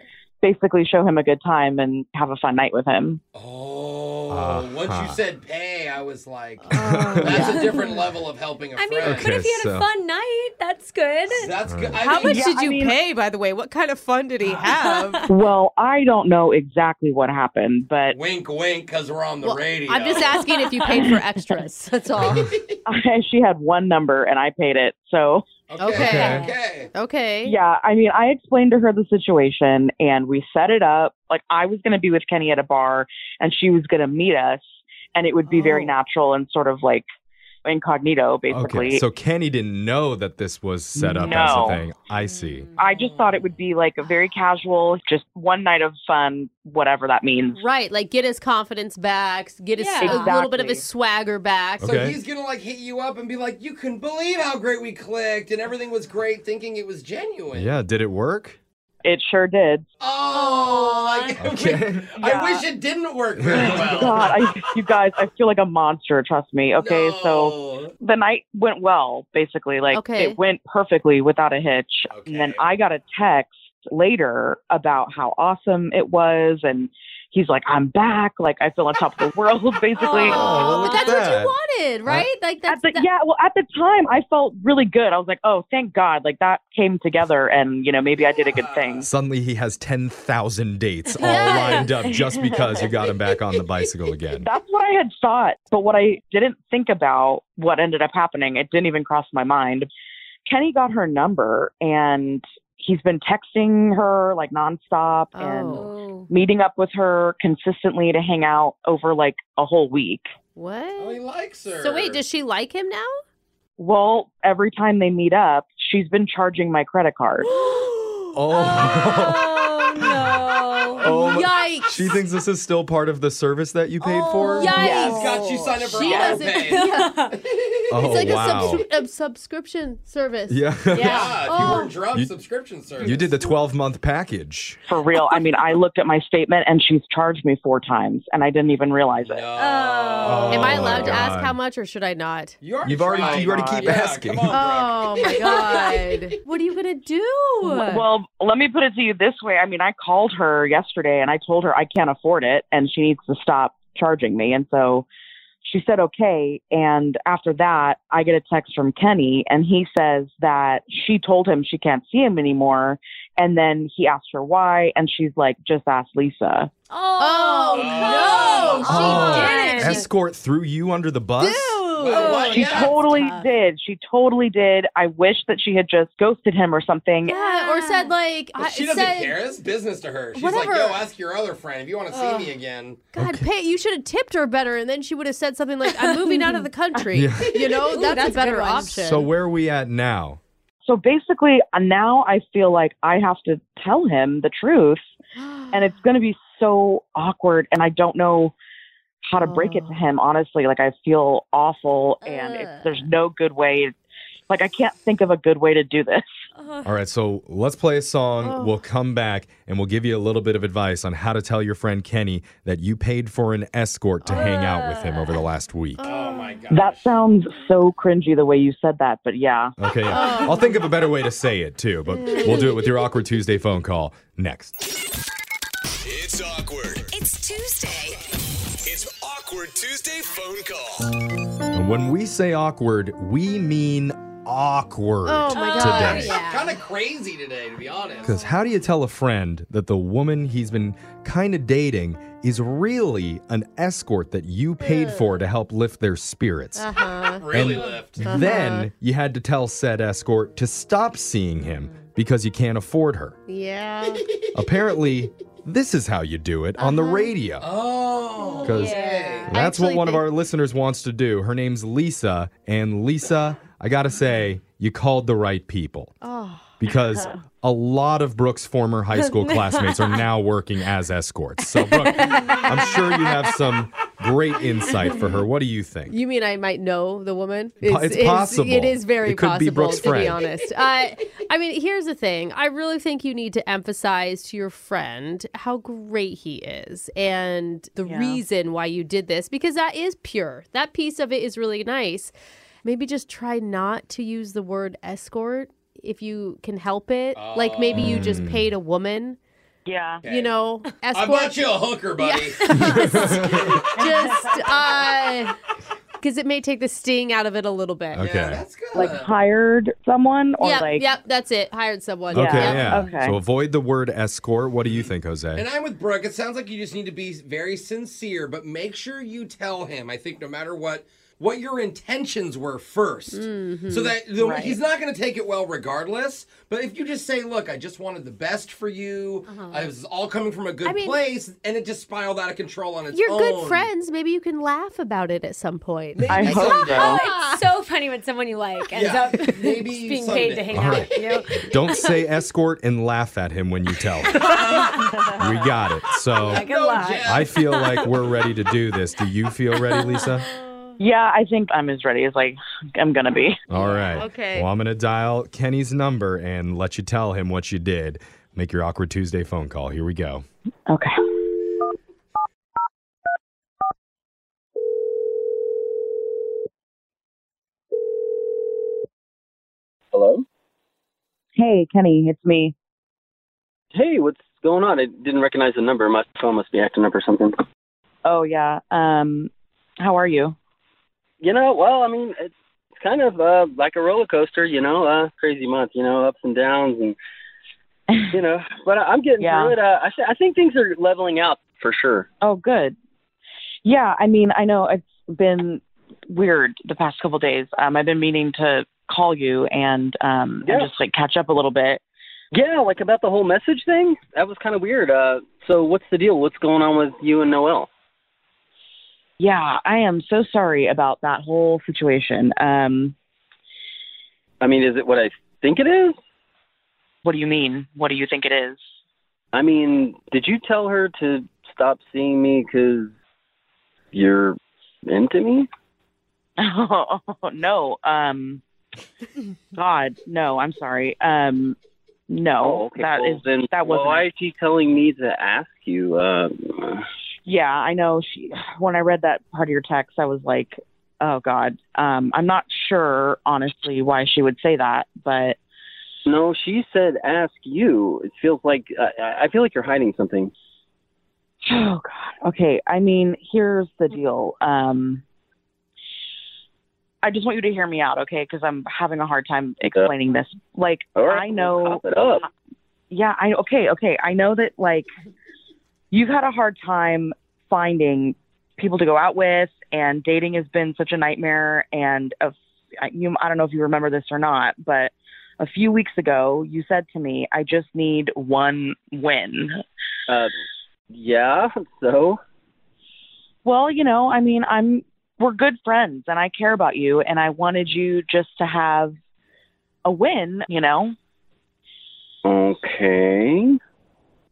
[SPEAKER 18] basically show him a good time and have a fun night with him.
[SPEAKER 5] Oh, once you
[SPEAKER 18] Uh-huh.
[SPEAKER 5] said pay, I was like,
[SPEAKER 7] Oh,
[SPEAKER 5] that's a different level of helping a
[SPEAKER 17] I mean,
[SPEAKER 5] friend.
[SPEAKER 17] but if you had a fun night, that's good.
[SPEAKER 5] That's good. I
[SPEAKER 17] How
[SPEAKER 5] mean-
[SPEAKER 17] much
[SPEAKER 5] Yeah,
[SPEAKER 17] did
[SPEAKER 5] I
[SPEAKER 17] you
[SPEAKER 5] mean-
[SPEAKER 17] pay, by the way? What kind of fun did he have?
[SPEAKER 18] well, I don't know exactly what happened, but
[SPEAKER 5] wink, wink, because we're on the radio.
[SPEAKER 7] I'm just asking if you paid for extras. That's
[SPEAKER 6] Uh-huh.
[SPEAKER 7] all.
[SPEAKER 18] she had one number and I paid it. So
[SPEAKER 7] Okay. Okay.
[SPEAKER 18] Yeah, I mean, I explained to her the situation and we set it up. Like, I was going to be with Kenny at a bar and she was going to meet us, and it would be very natural and sort of like incognito, basically.
[SPEAKER 6] Oh. Okay. So Kenny didn't know that this was set up as a
[SPEAKER 18] No.
[SPEAKER 6] thing. I see.
[SPEAKER 18] I just thought it would be like a very casual, just one night of fun, whatever that means.
[SPEAKER 7] Right, like get his confidence back, get his
[SPEAKER 18] Yeah.
[SPEAKER 7] a little bit of
[SPEAKER 18] Exactly.
[SPEAKER 7] his swagger back.
[SPEAKER 5] So he's gonna like hit you up and be like, "You couldn't believe how great we clicked, and everything was great," thinking it was genuine.
[SPEAKER 6] Yeah. Did it work?
[SPEAKER 18] It sure did.
[SPEAKER 5] Oh, like,
[SPEAKER 6] Okay.
[SPEAKER 5] I wish it didn't work very well.
[SPEAKER 18] God, I, you guys, I feel like a monster. Trust me. Okay, so the night went well, basically. Like
[SPEAKER 7] Okay.
[SPEAKER 18] it went perfectly without a hitch. And then I got a text later about how awesome it was, and he's like, "I'm back. Like I feel on top of the world, basically."
[SPEAKER 7] Oh, but that's what you wanted, right? Like that's
[SPEAKER 18] But yeah, well, at the time, I felt really good. I was like, "Oh, thank God! Like that came together, and you know, maybe I did a good thing."
[SPEAKER 6] Suddenly he has 10,000 dates all
[SPEAKER 18] Yeah.
[SPEAKER 6] lined up just because you got him back on the bicycle again.
[SPEAKER 18] That's what I had thought. But what I didn't think about, what ended up happening, it didn't even cross my mind. Kenny got her number and he's been texting her like nonstop and meeting up with her consistently to hang out over like a whole week.
[SPEAKER 7] What?
[SPEAKER 5] Oh, he likes her.
[SPEAKER 7] So wait, does she like him now?
[SPEAKER 18] Well, every time they meet up, she's been charging my credit card. Uh,
[SPEAKER 6] Oh.
[SPEAKER 17] no.
[SPEAKER 6] Oh, my-
[SPEAKER 7] Yikes.
[SPEAKER 6] She thinks this is still part of the service that you paid for?
[SPEAKER 5] He's got you signed up for
[SPEAKER 7] Oh, She
[SPEAKER 5] auto
[SPEAKER 7] doesn't.
[SPEAKER 5] pay.
[SPEAKER 7] Yeah.
[SPEAKER 6] Oh,
[SPEAKER 7] it's like
[SPEAKER 6] wow.
[SPEAKER 7] a, subs- a subscription service.
[SPEAKER 6] Yeah.
[SPEAKER 7] Yeah.
[SPEAKER 6] Yeah,
[SPEAKER 5] if
[SPEAKER 7] Oh.
[SPEAKER 5] you were drunk,
[SPEAKER 6] You-
[SPEAKER 5] subscription service.
[SPEAKER 6] You did the 12 month package.
[SPEAKER 18] For real. I mean, I looked at my statement and she's charged me four times and I didn't even realize it.
[SPEAKER 7] Oh. Am I allowed
[SPEAKER 18] my
[SPEAKER 7] to ask
[SPEAKER 18] God.
[SPEAKER 7] how much, or should I not?
[SPEAKER 5] You
[SPEAKER 6] Oh You've already, you already keep
[SPEAKER 18] Yeah,
[SPEAKER 6] asking.
[SPEAKER 7] Oh my god! what are you gonna do?
[SPEAKER 18] W- Well, let me put it to you this way. I mean, I called her yesterday and I told her I can't afford it and she needs to stop charging me. And so she said, okay. And after that, I get a text from Kenny and he says that she told him she can't see him anymore. And then he asked her why. And she's like, just ask Lisa.
[SPEAKER 7] Oh, no, she did it.
[SPEAKER 6] Oh. Escort threw you under the bus?
[SPEAKER 18] she totally did. She totally did. I wish that she had just ghosted him or something.
[SPEAKER 7] Yeah, or said like I-
[SPEAKER 5] But she doesn't
[SPEAKER 7] said,
[SPEAKER 5] care. This is business to her. She's like,
[SPEAKER 7] Whatever.
[SPEAKER 5] yo, ask your other friend if you want to see
[SPEAKER 7] Ugh.
[SPEAKER 5] me again.
[SPEAKER 7] God, pay, you should have tipped her better, and then she would have said something like, "I'm moving out of the country."
[SPEAKER 6] Yeah.
[SPEAKER 7] You know,
[SPEAKER 18] Ooh,
[SPEAKER 7] that's,
[SPEAKER 18] that's
[SPEAKER 7] a
[SPEAKER 18] a
[SPEAKER 7] better
[SPEAKER 18] good one.
[SPEAKER 7] option.
[SPEAKER 6] So where are we at now?
[SPEAKER 18] So basically, uh, now I feel like I have to tell him the truth, and it's going to be so awkward, and I don't know how to break it to him. Honestly, like I feel awful, and it's, there's no good way. Like I can't think of a good way to do this.
[SPEAKER 6] All right, so let's play a song.
[SPEAKER 18] Oh.
[SPEAKER 6] We'll come back and we'll give you a little bit of advice on how to tell your friend Kenny that you paid for an escort to hang out with him over the last week.
[SPEAKER 5] Oh my
[SPEAKER 18] That sounds so cringy the way you said that, but yeah.
[SPEAKER 6] Okay, yeah. I'll think of a better way to say it too, but we'll do it with your awkward Tuesday phone call next.
[SPEAKER 13] It's awkward. It's Tuesday. It's awkward Tuesday phone call.
[SPEAKER 6] And when we say awkward, we mean awkward
[SPEAKER 7] Oh
[SPEAKER 6] today.
[SPEAKER 5] kind of crazy today, to be honest.
[SPEAKER 6] Because how do you tell a friend that the woman he's been kind of dating is really an escort that you paid for to help lift their spirits?
[SPEAKER 7] Uh-huh.
[SPEAKER 6] And Then you had to tell said escort to stop seeing him because you can't afford her.
[SPEAKER 7] Yeah.
[SPEAKER 6] Apparently, this is how you do it Uh,
[SPEAKER 7] Uh-huh.
[SPEAKER 6] on the radio.
[SPEAKER 5] Oh.
[SPEAKER 6] Because that's what one of our listeners wants to do. Her name's Lisa. And Lisa, I got to say, you called the right people
[SPEAKER 7] Oh.
[SPEAKER 6] because a lot of Brooke's former high school classmates are now working as escorts. So, Brooke, I'm sure you have some great insight for her. What do you think?
[SPEAKER 7] You mean I might know the woman?
[SPEAKER 6] it's possible.
[SPEAKER 7] It is very
[SPEAKER 6] It could be
[SPEAKER 7] possible,
[SPEAKER 6] Brooke's
[SPEAKER 7] to be
[SPEAKER 6] friend.
[SPEAKER 7] honest. I, I mean, here's the thing. I really think you need to emphasize to your friend how great he is and the reason why you did this, because that is pure. That piece of it is really nice. Maybe just try not to use the word escort if you can help it. like maybe you just
[SPEAKER 5] Mm.
[SPEAKER 7] paid a woman.
[SPEAKER 18] Yeah.
[SPEAKER 7] You know, escort.
[SPEAKER 5] I bought you a hooker, buddy.
[SPEAKER 7] just uh because it may take the sting out of it a little bit.
[SPEAKER 6] Okay. Oh. Yeah, that's
[SPEAKER 18] Like hired someone or
[SPEAKER 7] yep,
[SPEAKER 18] like
[SPEAKER 7] yep, that's it. Hired someone.
[SPEAKER 6] Okay,
[SPEAKER 7] Yep.
[SPEAKER 6] yeah.
[SPEAKER 18] okay.
[SPEAKER 6] So avoid the word escort. What do you think,
[SPEAKER 5] And
[SPEAKER 6] Jose?
[SPEAKER 5] I'm with Brooke. It sounds like you just need to be very sincere, but make sure you tell him. I think no matter what, what your intentions were 1st
[SPEAKER 7] Mm-hmm.
[SPEAKER 5] so that the,
[SPEAKER 19] Right.
[SPEAKER 5] he's not going to take it well regardless. But if you just say, "Look, I just wanted the best for you. I was all coming from a good
[SPEAKER 7] Uh-huh. I mean-
[SPEAKER 5] place," and it just spiraled out of control on its
[SPEAKER 7] You're
[SPEAKER 5] own.
[SPEAKER 7] good friends. Maybe you can laugh about it at some point.
[SPEAKER 5] I Maybe hope someday. so.
[SPEAKER 7] Oh, it's so funny when someone you like
[SPEAKER 9] ends
[SPEAKER 5] Yeah.
[SPEAKER 9] up being paid to hang
[SPEAKER 6] All
[SPEAKER 9] out
[SPEAKER 6] right.
[SPEAKER 9] with you.
[SPEAKER 6] Don't say escort and laugh at him when you tell him. We got it. So
[SPEAKER 18] Like a No, lie. Jeff.
[SPEAKER 6] I feel like we're ready to do this. Do you feel ready, Lisa?
[SPEAKER 18] Yeah, I think I'm as ready as like I'm gonna be.
[SPEAKER 6] All right.
[SPEAKER 18] Okay.
[SPEAKER 6] Well, I'm going to dial Kenny's number and let you tell him what you did. Make your awkward Tuesday phone call. Here we go.
[SPEAKER 18] Okay.
[SPEAKER 11] Hello?
[SPEAKER 18] Hey, Kenny, it's me.
[SPEAKER 11] Hey, what's going on? I didn't recognize the number. My phone must be acting up or something.
[SPEAKER 18] Oh yeah. Um, how are you?
[SPEAKER 11] You know, well, I mean, it's it's kind of uh, like a roller coaster, you know, uh, crazy month, you know, ups and downs and, you know, but I- I'm getting
[SPEAKER 18] Yeah.
[SPEAKER 11] through it. Uh, I, th- I think things are leveling out for sure.
[SPEAKER 18] Oh, good. Yeah, I mean, I know it's been weird the past couple days. Um, I've been meaning to call you and um, and
[SPEAKER 11] Yeah.
[SPEAKER 18] just like catch up a little bit.
[SPEAKER 11] Yeah, like about the whole message thing? That was kind of weird. Uh, so what's the deal? What's going on with you and Noel?
[SPEAKER 18] Yeah, I am so sorry about that whole situation. Um,
[SPEAKER 11] I mean, is it what I think it is?
[SPEAKER 18] What do you mean? What do you think it is?
[SPEAKER 11] I mean, did you tell her to stop seeing me because you're into me?
[SPEAKER 18] Oh no. Um, God, no. I'm sorry. Um, no, that
[SPEAKER 11] Oh, well,
[SPEAKER 18] is-
[SPEAKER 11] then
[SPEAKER 18] that wasn't.
[SPEAKER 11] Why is she telling me to ask you? Um,
[SPEAKER 18] Yeah, I know. She, when I read that part of your text, I was like, "Oh God." Um, I'm not sure, honestly, why she would say that, but
[SPEAKER 11] no, she said ask you. It feels like I, I feel like you're hiding something.
[SPEAKER 18] oh God. Okay. I mean, here's the deal. Um, I just want you to hear me out, okay? Because I'm having a hard time explaining this. Like,
[SPEAKER 11] All right,
[SPEAKER 18] I know.
[SPEAKER 11] cough it up.
[SPEAKER 18] Yeah. I okay. Okay. I know that like you've had a hard time finding people to go out with, and dating has been such a nightmare. And a f- I- you, I don't know if you remember this or not, but a few weeks ago, you said to me, "I just need one win."
[SPEAKER 11] Uh, yeah. So
[SPEAKER 18] Well, you know, I mean, I'm we're good friends and I care about you and I wanted you just to have a win, you know.
[SPEAKER 11] okay.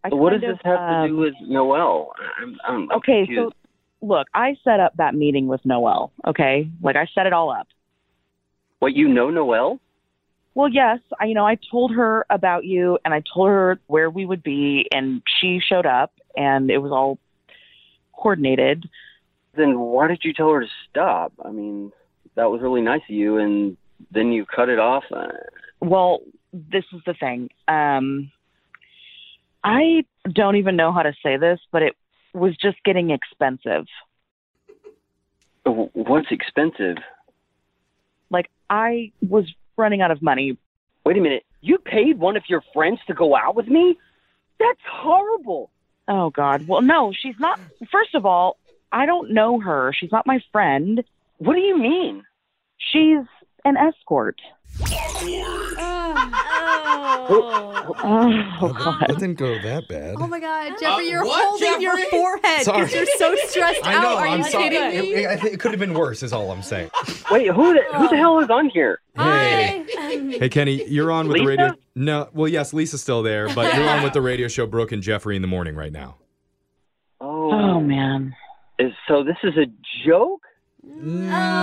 [SPEAKER 18] I
[SPEAKER 11] But what does
[SPEAKER 18] kind
[SPEAKER 11] this
[SPEAKER 18] of,
[SPEAKER 11] have to
[SPEAKER 18] um,
[SPEAKER 11] do with Noel? I'm, I'm, I'm
[SPEAKER 18] Okay, so
[SPEAKER 11] confused.
[SPEAKER 18] look, I set up that meeting with Noel, okay? Like I set it all up.
[SPEAKER 11] what you know, Noel?
[SPEAKER 18] Well, yes, I you know, I told her about you and I told her where we would be and she showed up and it was all coordinated.
[SPEAKER 11] Then why did you tell her to stop? I mean, that was really nice of you, and then you cut it off. Uh,
[SPEAKER 18] Well, this is the thing. Um, I don't even know how to say this, but it was just getting expensive.
[SPEAKER 11] w- What's expensive?
[SPEAKER 18] Like I was running out of money.
[SPEAKER 11] Wait a minute. You paid one of your friends to go out with me? That's horrible.
[SPEAKER 18] Oh God. Well, no, she's not. First of all, I don't know her. She's not my friend. What do you mean? She's an escort.
[SPEAKER 17] Oh.
[SPEAKER 18] Oh God. It
[SPEAKER 19] didn't go that bad.
[SPEAKER 17] Oh my God, Jeffrey,
[SPEAKER 19] Uh,
[SPEAKER 17] you're
[SPEAKER 19] what,
[SPEAKER 17] holding your
[SPEAKER 19] Jeffrey?
[SPEAKER 17] forehead
[SPEAKER 6] Sorry.
[SPEAKER 17] because you're so stressed
[SPEAKER 6] I know.
[SPEAKER 17] out. Are
[SPEAKER 6] I'm
[SPEAKER 17] you
[SPEAKER 6] sorry.
[SPEAKER 17] kidding me?
[SPEAKER 6] It, it- I think it could have been worse. Is all I'm saying.
[SPEAKER 11] Wait, who the, who the hell is on here?
[SPEAKER 6] Hey. Hey Kenny, you're on with the radio.
[SPEAKER 11] Lisa?
[SPEAKER 6] No, well, yes, Lisa's still there, but you're on with the radio show Brooke and Jeffrey in the morning right now.
[SPEAKER 11] Oh,
[SPEAKER 18] man.
[SPEAKER 11] so this is a joke?
[SPEAKER 6] No.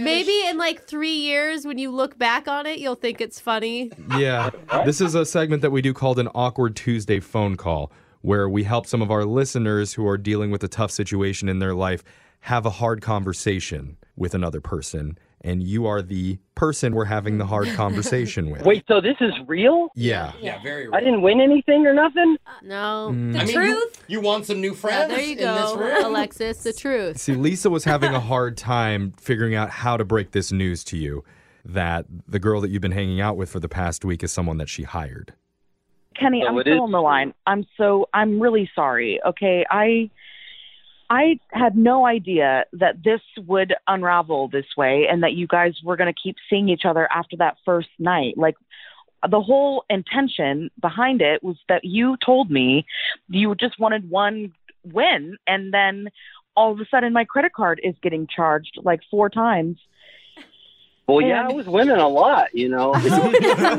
[SPEAKER 7] Maybe in like three years, when you look back on it, you'll think it's funny.
[SPEAKER 6] Yeah. This is a segment that we do called an awkward Tuesday phone call, where we help some of our listeners who are dealing with a tough situation in their life have a hard conversation with another person, and you are the person we're having the hard conversation with.
[SPEAKER 11] Wait, so this is real?
[SPEAKER 6] Yeah.
[SPEAKER 5] Yeah, very. Uh,
[SPEAKER 11] I didn't win anything or nothing?
[SPEAKER 7] No.
[SPEAKER 6] Mm. The
[SPEAKER 5] I mean, You, you want some new
[SPEAKER 7] Yeah,
[SPEAKER 5] friends?
[SPEAKER 7] there you
[SPEAKER 5] In this
[SPEAKER 7] go,
[SPEAKER 5] room?
[SPEAKER 7] Alexis. The truth.
[SPEAKER 6] See, Lisa was having a hard time figuring out how to break this news to you that the girl that you've been hanging out with for the past week is someone that she hired.
[SPEAKER 18] Kenny,
[SPEAKER 6] So
[SPEAKER 18] I'm
[SPEAKER 6] it
[SPEAKER 18] still
[SPEAKER 6] is-
[SPEAKER 18] on the line. I'm so I'm really sorry. Okay, I I had no idea that this would unravel this way and that you guys were going to keep seeing each other after that first night. Like the whole intention behind it was that you told me you just wanted one win and then all of a sudden my credit card is getting charged like four times.
[SPEAKER 11] Well, yeah, I was winning a lot, you know.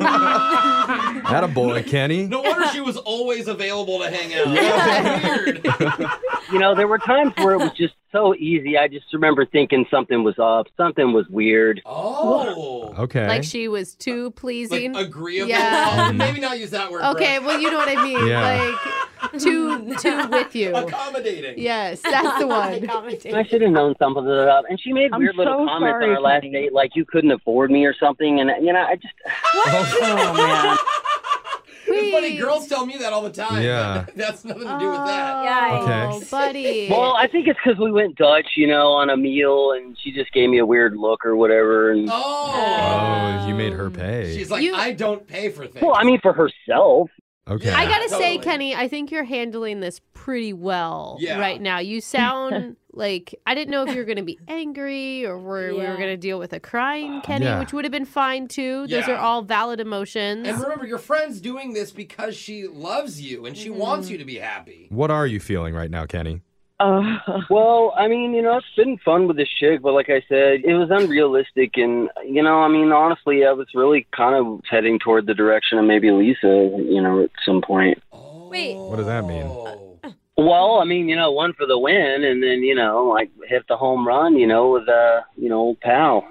[SPEAKER 6] That a boy, Kenny.
[SPEAKER 5] No wonder she was always available to hang out.
[SPEAKER 11] you know, there were times where it was just so easy. I just remember thinking something was up, something was weird.
[SPEAKER 5] Oh.
[SPEAKER 6] Okay. Um,
[SPEAKER 7] Like she was too pleasing.
[SPEAKER 5] agreeable.
[SPEAKER 7] Yeah.
[SPEAKER 5] Oh, Maybe not use that word.
[SPEAKER 7] Okay, well, you know what I mean.
[SPEAKER 6] Yeah.
[SPEAKER 7] Like, too, too with you.
[SPEAKER 5] Accommodating.
[SPEAKER 7] Yes, that's the one.
[SPEAKER 11] I should have known something was up. And she made
[SPEAKER 7] I'm
[SPEAKER 11] weird little
[SPEAKER 7] so
[SPEAKER 11] comments
[SPEAKER 7] sorry,
[SPEAKER 11] on our last
[SPEAKER 7] honey.
[SPEAKER 11] date, like you couldn't afford me or something. And you know, I just
[SPEAKER 7] Oh,
[SPEAKER 5] It's funny, girls tell me that all the time.
[SPEAKER 11] Yeah.
[SPEAKER 5] That's nothing to do with that.
[SPEAKER 11] Yeah.
[SPEAKER 7] Oh, buddy.
[SPEAKER 11] well, I think it's because we went Dutch, you know, on a meal, and she just gave me a weird look or whatever. And
[SPEAKER 6] Oh, you made her pay.
[SPEAKER 5] She's like, I don't pay for things.
[SPEAKER 11] well, I mean, for herself.
[SPEAKER 6] Okay.
[SPEAKER 7] I gotta say, Kenny, I think you're handling this pretty well
[SPEAKER 11] Yeah.
[SPEAKER 7] right now. You sound like I didn't know if you were gonna be angry or were we were gonna deal with a crying Kenny,
[SPEAKER 5] Yeah.
[SPEAKER 7] which would have been fine too. Those
[SPEAKER 5] Yeah.
[SPEAKER 7] are all valid emotions.
[SPEAKER 5] And remember, your friend's doing this because she loves you and she
[SPEAKER 7] Mm-hmm.
[SPEAKER 5] wants you to be happy.
[SPEAKER 6] What are you feeling right now, Kenny?
[SPEAKER 11] Uh, well, I mean, you know, it's been fun with this chick, but like I said, it was unrealistic, and you know, I mean, honestly, I was really kind of heading toward the direction of maybe Lisa, you know, at some point.
[SPEAKER 17] Wait.
[SPEAKER 6] What does that mean?
[SPEAKER 11] Well, I mean, you know, one for the win, and then you know, like hit the home run, you know, with uh, you know, old pal.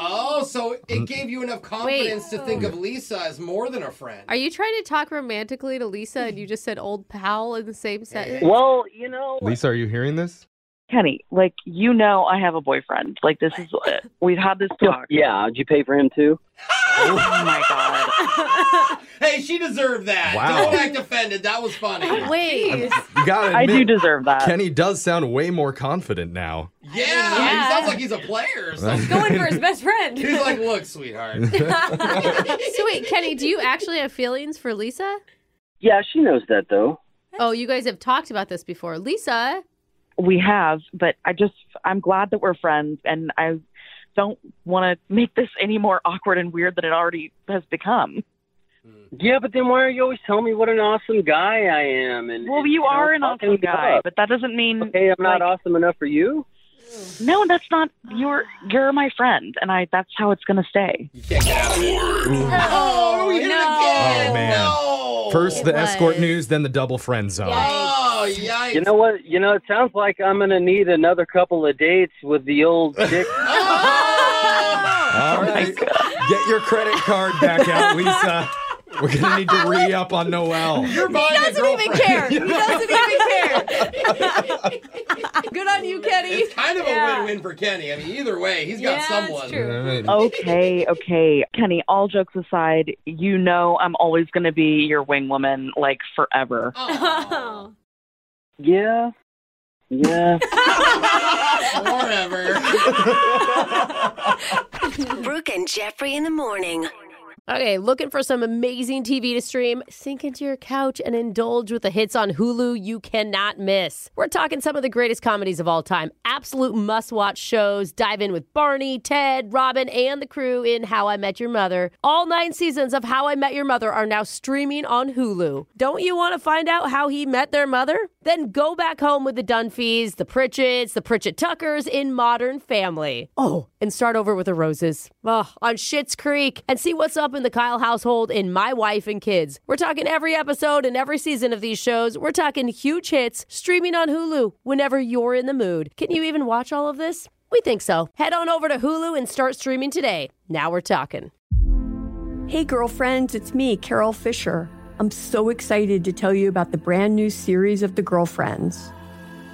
[SPEAKER 5] Oh, so
[SPEAKER 6] Mm.
[SPEAKER 5] it gave you enough confidence to think of Lisa as more than a friend.
[SPEAKER 7] Are you trying to talk romantically to Lisa and you just said old pal in the same sentence?
[SPEAKER 11] Well, you know,
[SPEAKER 6] Lisa, are you hearing this?
[SPEAKER 18] Kenny, like you know I have a boyfriend. Like this is we've had this talk.
[SPEAKER 11] Yeah, did you pay for him too?
[SPEAKER 18] Oh my god.
[SPEAKER 5] Hey, she deserved that.
[SPEAKER 6] Wow.
[SPEAKER 5] Don't act offended. That was funny.
[SPEAKER 7] Wait.
[SPEAKER 6] You gotta
[SPEAKER 18] I
[SPEAKER 6] admit,
[SPEAKER 18] do deserve that.
[SPEAKER 6] Kenny does sound way more confident now.
[SPEAKER 5] Yeah, he sounds like he's a player. Or something.
[SPEAKER 7] Going for his best friend.
[SPEAKER 5] He's like, look, sweetheart.
[SPEAKER 7] so wait, Kenny, do you actually have feelings for Lisa?
[SPEAKER 11] Yeah, she knows that though.
[SPEAKER 7] Oh, you guys have talked about this before. Lisa,
[SPEAKER 18] we have, but I just I'm glad that we're friends and I don't want to make this any more awkward and weird than it already has become.
[SPEAKER 11] Yeah, but then why are you always telling me what an awesome guy I am? And
[SPEAKER 18] Well,
[SPEAKER 11] and,
[SPEAKER 18] you
[SPEAKER 11] know,
[SPEAKER 18] are an
[SPEAKER 11] talking
[SPEAKER 18] awesome
[SPEAKER 11] me
[SPEAKER 18] guy,
[SPEAKER 11] up.
[SPEAKER 18] but that doesn't mean
[SPEAKER 11] okay, I'm not awesome enough for you.
[SPEAKER 18] No, that's not you're you're my friend and I that's how it's going to stay.
[SPEAKER 5] Oh, we did it again.
[SPEAKER 6] Oh, man. First the
[SPEAKER 11] It
[SPEAKER 6] escort news, then the double friend zone.
[SPEAKER 5] Oh, yikes.
[SPEAKER 11] You know what? You know, it sounds like I'm gonna need another couple of dates with the old dick.
[SPEAKER 7] Oh.
[SPEAKER 18] Oh
[SPEAKER 6] All right. Get your credit card back out, Lisa. We're going to need to re up on Noel.
[SPEAKER 5] You're buying a
[SPEAKER 17] doesn't even
[SPEAKER 5] girlfriend.
[SPEAKER 17] care. He doesn't even care.
[SPEAKER 9] Good on you, Kenny.
[SPEAKER 5] It's kind of
[SPEAKER 9] Yeah.
[SPEAKER 5] a win-win for Kenny. I mean, either way, he's got
[SPEAKER 9] Yeah, it's
[SPEAKER 5] someone.
[SPEAKER 18] okay, okay. Kenny, all jokes aside, you know I'm always going to be your wing woman like forever.
[SPEAKER 9] Oh.
[SPEAKER 18] Yeah.
[SPEAKER 11] Yeah.
[SPEAKER 5] Forever.
[SPEAKER 10] Brooke and Jeffrey in the morning.
[SPEAKER 7] Okay, looking for some amazing TV to stream? Sink into your couch and indulge with the hits on Hulu you cannot miss. We're talking some of the greatest comedies of all time, absolute must watch shows. Dive in with Barney, Ted, Robin, and the crew in How I Met Your Mother. All nine seasons of How I Met Your Mother are now streaming on Hulu. Don't you want to find out how he met their mother? Then go back home with the Dunphys, the Pritchett's, the Pritchett Tuckers in Modern Family. Oh, and start over with the Roses. Ugh, on Schitt's Creek and see what's up in the Kyle household in My Wife and Kids. We're talking every episode and every season of these shows. We're talking huge hits streaming on Hulu whenever you're in the mood. Can you even watch all of this? We think so. Head on over to Hulu and start streaming today. Now we're talking.
[SPEAKER 1] Hey, girlfriends, it's me, Carol Fisher. I'm so excited to tell you about the brand new series of The Girlfriends.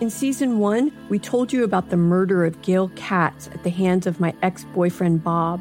[SPEAKER 1] In season one, we told you about the murder of Gail Katz at the hands of my ex boyfriend, Bob.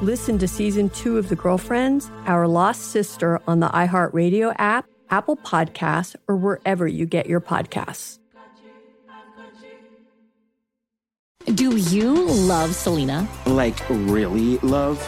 [SPEAKER 1] Listen to season two of The Girlfriends, Our Lost Sister on the iHeartRadio app, Apple Podcasts, or wherever you get your podcasts.
[SPEAKER 2] Do you love Selena?
[SPEAKER 3] Like, really, love?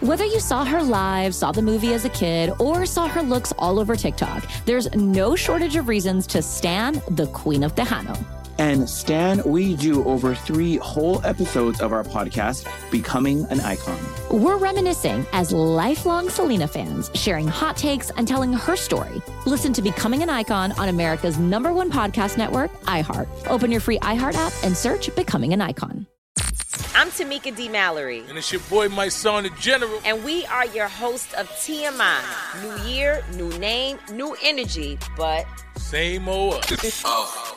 [SPEAKER 2] Whether you saw her live, saw the movie as a kid, or saw her looks all over TikTok, there's no shortage of reasons to stand the Queen of Tejano.
[SPEAKER 3] And Stan, we do over three whole episodes of our podcast, Becoming an Icon.
[SPEAKER 2] We're reminiscing as lifelong Selena fans, sharing hot takes and telling her story. Listen to Becoming an Icon on America's number one podcast network, iHeart. Open your free iHeart app and search Becoming an Icon.
[SPEAKER 19] I'm Tamika D. Mallory.
[SPEAKER 13] And it's your boy, my son, the general.
[SPEAKER 19] And we are your hosts of TMI. New year, new name, new energy, but.
[SPEAKER 13] Same old. us. oh,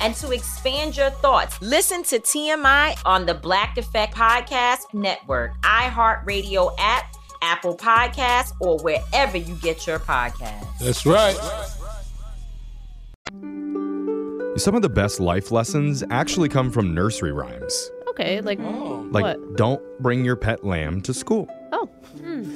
[SPEAKER 19] and to expand your thoughts, listen to TMI on the Black Effect Podcast Network, iHeartRadio app, Apple Podcasts, or wherever you get your podcasts.
[SPEAKER 13] That's right.
[SPEAKER 6] Some of the best life lessons actually come from nursery rhymes.
[SPEAKER 7] Okay, like,
[SPEAKER 5] Oh.
[SPEAKER 6] Like,
[SPEAKER 7] what?
[SPEAKER 6] don't bring your pet lamb to school.
[SPEAKER 7] Oh.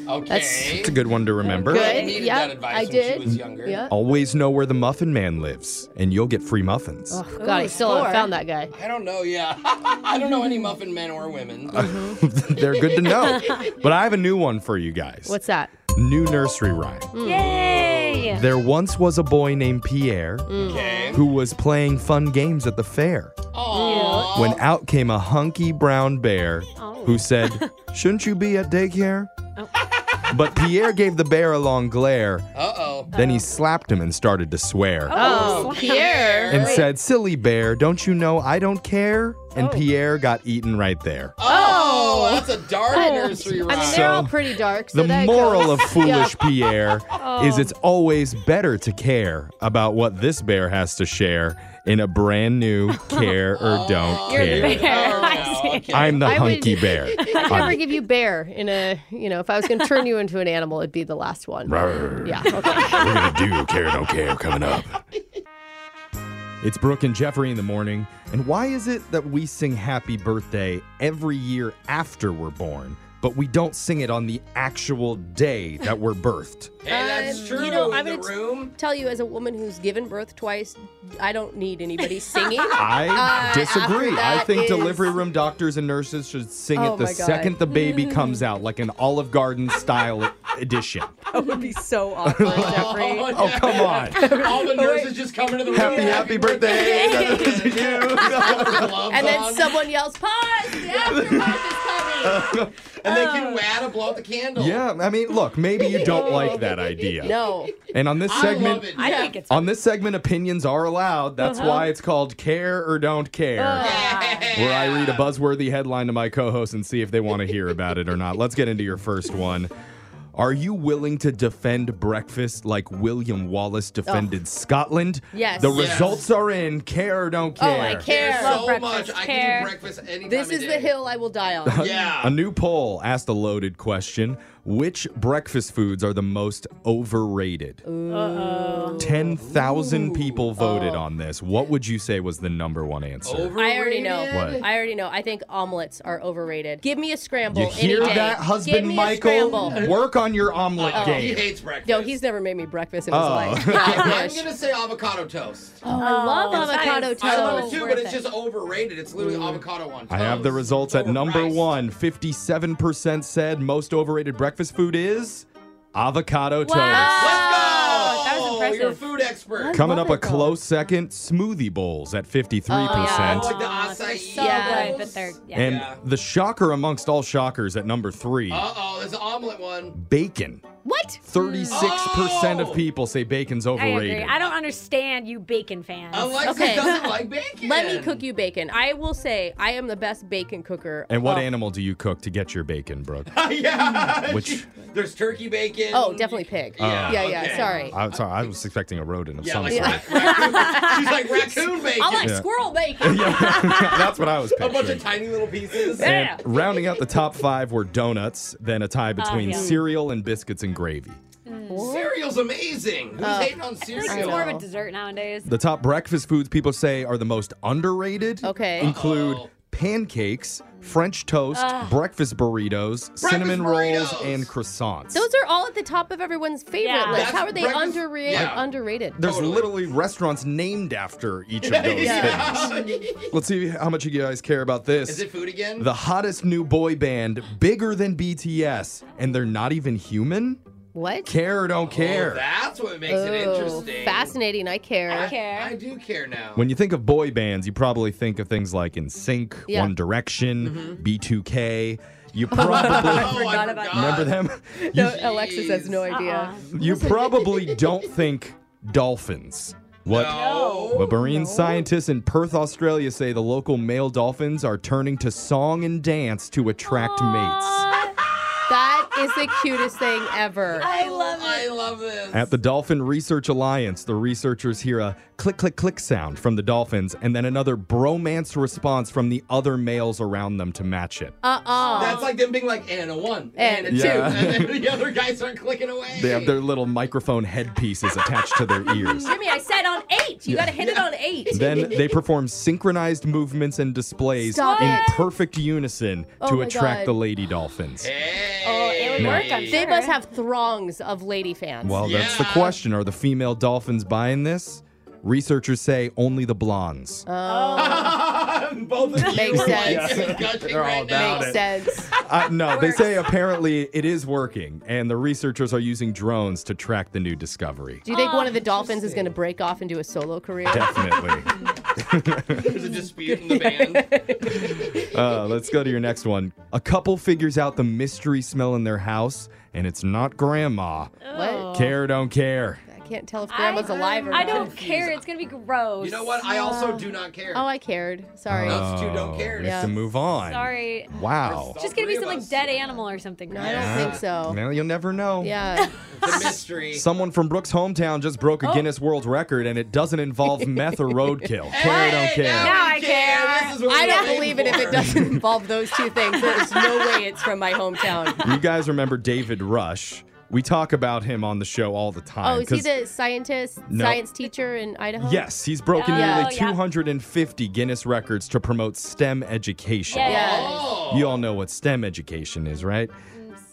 [SPEAKER 5] Okay.
[SPEAKER 6] It's a good one to remember.
[SPEAKER 7] Good.
[SPEAKER 5] needed
[SPEAKER 7] Yeah,
[SPEAKER 5] that advice
[SPEAKER 7] I
[SPEAKER 5] when she
[SPEAKER 7] did.
[SPEAKER 5] was younger.
[SPEAKER 7] Yeah.
[SPEAKER 6] Always know where the muffin man lives, and you'll get free muffins.
[SPEAKER 7] Oh, God, I still haven't found that guy.
[SPEAKER 5] I don't know. Yeah, I don't know any muffin men or women.
[SPEAKER 7] Mm-hmm.
[SPEAKER 6] They're good to know. but I have a new one for you guys.
[SPEAKER 7] What's that? Hmm.
[SPEAKER 6] New nursery rhyme.
[SPEAKER 7] Yay!
[SPEAKER 6] There once was a boy named Pierre
[SPEAKER 7] Okay.
[SPEAKER 6] who was playing fun games at the fair. When out came a hunky brown bear
[SPEAKER 7] Oh.
[SPEAKER 6] who said, Shouldn't you be at daycare? But Pierre gave the bear a long glare.
[SPEAKER 5] Uh oh.
[SPEAKER 6] Then he slapped him and started to swear.
[SPEAKER 7] Oh, Pierre.
[SPEAKER 6] And said, Silly bear, don't you know I don't care?
[SPEAKER 7] Oh.
[SPEAKER 6] And Pierre got eaten right there.
[SPEAKER 5] Oh, that's a dark
[SPEAKER 7] Oh.
[SPEAKER 5] nursery
[SPEAKER 7] I mean,
[SPEAKER 5] rhyme.
[SPEAKER 7] they're all
[SPEAKER 6] So,
[SPEAKER 7] pretty dark. So
[SPEAKER 6] The
[SPEAKER 7] that
[SPEAKER 6] moral of
[SPEAKER 7] goes.
[SPEAKER 6] foolish
[SPEAKER 7] Yeah.
[SPEAKER 6] Pierre
[SPEAKER 7] Oh.
[SPEAKER 6] is it's always better to care about what this bear has to share in a brand new care
[SPEAKER 5] Oh.
[SPEAKER 6] or don't
[SPEAKER 7] You're
[SPEAKER 6] care.
[SPEAKER 7] the bear. I see.
[SPEAKER 6] I'm the
[SPEAKER 7] I would-
[SPEAKER 6] hunky bear.
[SPEAKER 7] Oh, I'd never give you bear in a, you know, if I was going to turn you into an animal, it'd be the last one.
[SPEAKER 6] Rawr.
[SPEAKER 7] Yeah. Okay.
[SPEAKER 6] We're gonna do care or don't care coming up. It's Brooke and Jeffrey in the morning. And why is it that we sing happy birthday every year after we're born, but we don't sing it on the actual day that we're birthed?
[SPEAKER 5] that's true.
[SPEAKER 7] Um, You know,
[SPEAKER 5] in
[SPEAKER 7] I'm
[SPEAKER 5] the
[SPEAKER 7] going
[SPEAKER 5] room.
[SPEAKER 7] to tell you, as a woman who's given birth twice, I don't need anybody singing.
[SPEAKER 6] I
[SPEAKER 7] Uh,
[SPEAKER 6] disagree.
[SPEAKER 7] after
[SPEAKER 6] I
[SPEAKER 7] that
[SPEAKER 6] think
[SPEAKER 7] is-
[SPEAKER 6] delivery room doctors and nurses should sing
[SPEAKER 7] Oh
[SPEAKER 6] it the
[SPEAKER 7] my God.
[SPEAKER 6] second the baby comes out, like an Olive Garden style edition.
[SPEAKER 7] That would be so awkward, Jeffrey.
[SPEAKER 6] Oh, come on.
[SPEAKER 5] All the nurses just come into the room.
[SPEAKER 6] Happy, happy birthday.
[SPEAKER 7] and then someone yells, pause! Oh. The afterbirth is coming!
[SPEAKER 5] And they can wad and blow out the candle.
[SPEAKER 6] Yeah, I mean, look, maybe you don't like that idea.
[SPEAKER 7] No.
[SPEAKER 6] And on this
[SPEAKER 5] I
[SPEAKER 6] segment,
[SPEAKER 5] love it. I think it's
[SPEAKER 6] on this segment, opinions are allowed. That's
[SPEAKER 7] Uh-huh. Uh.
[SPEAKER 6] why it's called Care or Don't Care,
[SPEAKER 7] Oh,
[SPEAKER 6] where I read a buzzworthy headline to my co-hosts and see if they want to hear about it or not. Let's get into your first one. Are you willing to defend breakfast like William Wallace defended Scotland?
[SPEAKER 7] Yes.
[SPEAKER 6] The
[SPEAKER 7] Yes.
[SPEAKER 6] results are in. Care or don't
[SPEAKER 7] Oh,
[SPEAKER 6] care.
[SPEAKER 7] I care.
[SPEAKER 5] so much. I can do breakfast anytime
[SPEAKER 7] This
[SPEAKER 5] of
[SPEAKER 7] is
[SPEAKER 5] day.
[SPEAKER 7] the hill I will die on.
[SPEAKER 5] Yeah.
[SPEAKER 6] A new poll asked a loaded question Which breakfast foods are the most overrated?
[SPEAKER 7] Uh-oh.
[SPEAKER 6] 10,000 people voted on this. What would you say was the number one answer?
[SPEAKER 7] I already know.
[SPEAKER 6] What?
[SPEAKER 7] I already know. I think omelets are overrated. Give me a scramble.
[SPEAKER 6] You hear
[SPEAKER 7] any day.
[SPEAKER 6] that,
[SPEAKER 7] Give
[SPEAKER 6] husband
[SPEAKER 7] me
[SPEAKER 6] Michael?
[SPEAKER 7] A scramble. Oh.
[SPEAKER 6] Work on your omelet
[SPEAKER 7] Uh-oh.
[SPEAKER 6] game.
[SPEAKER 5] breakfast.
[SPEAKER 7] No, he's never made me breakfast in his
[SPEAKER 6] Oh.
[SPEAKER 7] life.
[SPEAKER 5] I'm gonna say avocado toast.
[SPEAKER 7] Oh, I love
[SPEAKER 5] It's
[SPEAKER 7] avocado
[SPEAKER 5] nice. I love it
[SPEAKER 7] toast.
[SPEAKER 5] too, but
[SPEAKER 7] Worth
[SPEAKER 5] it's
[SPEAKER 7] it.
[SPEAKER 5] just overrated. It's literally avocado on.
[SPEAKER 6] Mm. I have the results at number one. 57% said most overrated breakfast food is avocado toast.
[SPEAKER 5] Wow.
[SPEAKER 7] That
[SPEAKER 9] Oh,
[SPEAKER 7] was impressive.
[SPEAKER 5] You're a food expert.
[SPEAKER 6] Coming up a close second, smoothie bowls at 53%.
[SPEAKER 5] Oh, I
[SPEAKER 7] Oh,
[SPEAKER 5] like the acai.
[SPEAKER 9] so good, but they're yeah.
[SPEAKER 6] And the shocker amongst all shockers at number three,
[SPEAKER 5] Uh oh, there's an omelet one.
[SPEAKER 6] bacon.
[SPEAKER 9] What?
[SPEAKER 6] 36% of people say bacon's
[SPEAKER 9] I agree.
[SPEAKER 6] overrated.
[SPEAKER 9] I don't understand you bacon fans.
[SPEAKER 5] Alexa
[SPEAKER 7] Okay.
[SPEAKER 5] doesn't like bacon.
[SPEAKER 7] Let me cook you bacon. I will say I am the best bacon cooker.
[SPEAKER 6] and what
[SPEAKER 7] Oh.
[SPEAKER 6] animal do you cook to get your bacon, Brooke?
[SPEAKER 5] yeah.
[SPEAKER 6] Which-
[SPEAKER 5] There's turkey bacon.
[SPEAKER 7] Oh, definitely pig.
[SPEAKER 6] Yeah,
[SPEAKER 7] yeah, yeah.
[SPEAKER 5] okay.
[SPEAKER 7] Sorry.
[SPEAKER 6] I'm sorry, I was expecting a rodent of
[SPEAKER 5] Yeah,
[SPEAKER 6] some
[SPEAKER 5] like
[SPEAKER 6] sort.
[SPEAKER 5] She's like raccoon bacon.
[SPEAKER 7] I like
[SPEAKER 6] Yeah.
[SPEAKER 7] squirrel bacon.
[SPEAKER 6] That's what I was
[SPEAKER 5] a
[SPEAKER 6] picturing.
[SPEAKER 5] bunch of tiny little pieces.
[SPEAKER 6] And rounding out the top five were donuts, then a tie between
[SPEAKER 9] yeah.
[SPEAKER 6] cereal and biscuits and gravy.
[SPEAKER 5] Cereal's amazing. Who's
[SPEAKER 9] Uh,
[SPEAKER 5] hating on
[SPEAKER 9] Mm. I feel
[SPEAKER 5] cereal?
[SPEAKER 9] like it's more of a dessert nowadays.
[SPEAKER 6] The top breakfast foods people say are the most underrated
[SPEAKER 7] Okay.
[SPEAKER 6] include pancakes, French toast,
[SPEAKER 7] Ugh.
[SPEAKER 6] breakfast burritos, cinnamon rolls, and croissants.
[SPEAKER 7] Those are all at the top of everyone's favorite
[SPEAKER 9] Yeah.
[SPEAKER 7] list.
[SPEAKER 9] That's
[SPEAKER 7] How are they
[SPEAKER 5] breakfast-
[SPEAKER 7] underrated?
[SPEAKER 5] Yeah.
[SPEAKER 7] Underrated.
[SPEAKER 6] There's literally restaurants named after each of those
[SPEAKER 5] Yeah.
[SPEAKER 6] things. Let's see how much you guys care about this.
[SPEAKER 5] Is it food again?
[SPEAKER 6] the hottest new boy band, bigger than BTS, and they're not even human?
[SPEAKER 7] What?
[SPEAKER 6] Care or don't care?
[SPEAKER 5] Oh, that's what makes it
[SPEAKER 7] Oh,
[SPEAKER 5] interesting.
[SPEAKER 7] Fascinating. I care.
[SPEAKER 9] I care.
[SPEAKER 5] I do care now.
[SPEAKER 6] When you think of boy bands, you probably think of things like In Sync,
[SPEAKER 7] Yeah.
[SPEAKER 6] One Direction, B2K. You
[SPEAKER 5] Mm-hmm. Oh,
[SPEAKER 6] probably
[SPEAKER 5] I forgot about
[SPEAKER 6] remember them. You,
[SPEAKER 7] No, Alexis has no idea.
[SPEAKER 9] Uh-uh.
[SPEAKER 6] you probably don't think dolphins. What?
[SPEAKER 5] No.
[SPEAKER 6] But marine scientists in Perth, Australia say the local male dolphins are turning to song and dance to attract mates.
[SPEAKER 7] That is the cutest thing ever.
[SPEAKER 9] I love it.
[SPEAKER 5] I love this.
[SPEAKER 6] At the Dolphin Research Alliance, the researchers hear a click, click, click sound from the dolphins and then another bromance response from the other males around them to match it.
[SPEAKER 7] Uh uh
[SPEAKER 5] That's like them being like, and a one,
[SPEAKER 7] And
[SPEAKER 5] and, a two,
[SPEAKER 6] Yeah.
[SPEAKER 5] and then the other guys are clicking away.
[SPEAKER 6] They have their little microphone headpieces attached to their ears.
[SPEAKER 9] Jimmy, I said on eight. You gotta hit it on eight.
[SPEAKER 6] Then they perform synchronized movements and displays
[SPEAKER 7] Stop
[SPEAKER 6] in
[SPEAKER 7] it.
[SPEAKER 6] perfect unison
[SPEAKER 7] Oh
[SPEAKER 6] to
[SPEAKER 7] my
[SPEAKER 6] attract
[SPEAKER 7] God.
[SPEAKER 6] the lady dolphins.
[SPEAKER 9] oh, it would
[SPEAKER 6] No.
[SPEAKER 9] work. I'm
[SPEAKER 7] They
[SPEAKER 9] sure.
[SPEAKER 7] must have throngs of lady fans.
[SPEAKER 6] Well, that's the
[SPEAKER 5] Yeah.
[SPEAKER 6] question. Are the female dolphins buying this? Researchers say only the blondes.
[SPEAKER 5] Both of you
[SPEAKER 7] Oh. Makes
[SPEAKER 5] are
[SPEAKER 7] sense.
[SPEAKER 5] Like, gushing
[SPEAKER 6] They're all
[SPEAKER 5] right now.
[SPEAKER 6] about
[SPEAKER 7] Makes sense.
[SPEAKER 6] Uh, no, they say apparently it is working, and the researchers are using drones to track the new discovery.
[SPEAKER 7] Do you
[SPEAKER 9] Oh,
[SPEAKER 7] think one of the dolphins is going to break off and do a solo career?
[SPEAKER 6] Definitely.
[SPEAKER 5] There's a dispute in the band.
[SPEAKER 6] Uh, let's go to your next one. A couple figures out the mystery smell in their house, and it's not grandma.
[SPEAKER 7] What?
[SPEAKER 6] Care, don't care.
[SPEAKER 7] I can't tell if grandma's alive or
[SPEAKER 9] I
[SPEAKER 7] not.
[SPEAKER 9] don't care. It's gonna be gross.
[SPEAKER 5] You know what? I also do not care.
[SPEAKER 7] Oh, I cared. Sorry.
[SPEAKER 5] Us two don't care.
[SPEAKER 6] Oh, We have to
[SPEAKER 7] Yeah.
[SPEAKER 6] move on.
[SPEAKER 9] Sorry.
[SPEAKER 6] Wow.
[SPEAKER 9] It's just gonna be some like dead animal or something.
[SPEAKER 7] I don't think so.
[SPEAKER 6] Well, you'll never know.
[SPEAKER 7] Yeah.
[SPEAKER 6] Someone from Brooks' hometown just broke a
[SPEAKER 7] Oh.
[SPEAKER 6] Guinness World Record, and it doesn't involve meth or roadkill. Care or don't care.
[SPEAKER 7] Now I
[SPEAKER 5] care. This is what
[SPEAKER 7] I
[SPEAKER 5] we
[SPEAKER 7] don't
[SPEAKER 5] came
[SPEAKER 7] believe it if
[SPEAKER 5] for.
[SPEAKER 7] it doesn't involve those two things. There's no way it's from my hometown.
[SPEAKER 6] You guys remember David Rush? We talk about him on the show all the time.
[SPEAKER 7] Oh, is he
[SPEAKER 6] 'cause-
[SPEAKER 7] the scientist,
[SPEAKER 6] No.
[SPEAKER 7] science teacher in Idaho?
[SPEAKER 6] Yes, he's broken
[SPEAKER 7] Oh,
[SPEAKER 6] nearly
[SPEAKER 7] yeah.
[SPEAKER 6] 250 Guinness records to promote STEM education.
[SPEAKER 7] Yes.
[SPEAKER 5] Oh.
[SPEAKER 6] You all know what STEM education is, right?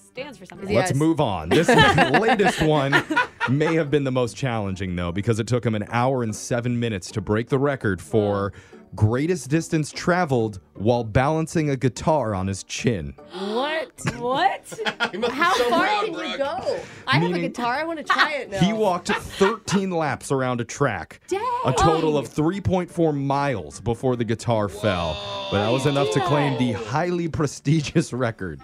[SPEAKER 9] Stands for something.
[SPEAKER 6] Let's move on. This latest one may have been the most challenging, though, because it took him an hour and seven minutes to break the record for
[SPEAKER 7] Mm.
[SPEAKER 6] greatest distance traveled while balancing a guitar on his chin.
[SPEAKER 7] What?
[SPEAKER 9] What?
[SPEAKER 7] How
[SPEAKER 9] so
[SPEAKER 7] far
[SPEAKER 9] proud,
[SPEAKER 7] can
[SPEAKER 9] Brooke.
[SPEAKER 7] you go? I have a
[SPEAKER 6] Meaning-
[SPEAKER 7] guitar. I want to try it now.
[SPEAKER 6] He walked 13 laps around a track, a
[SPEAKER 7] Dang.
[SPEAKER 6] total of 3.4 miles before the guitar fell. But that was enough to claim the highly prestigious record.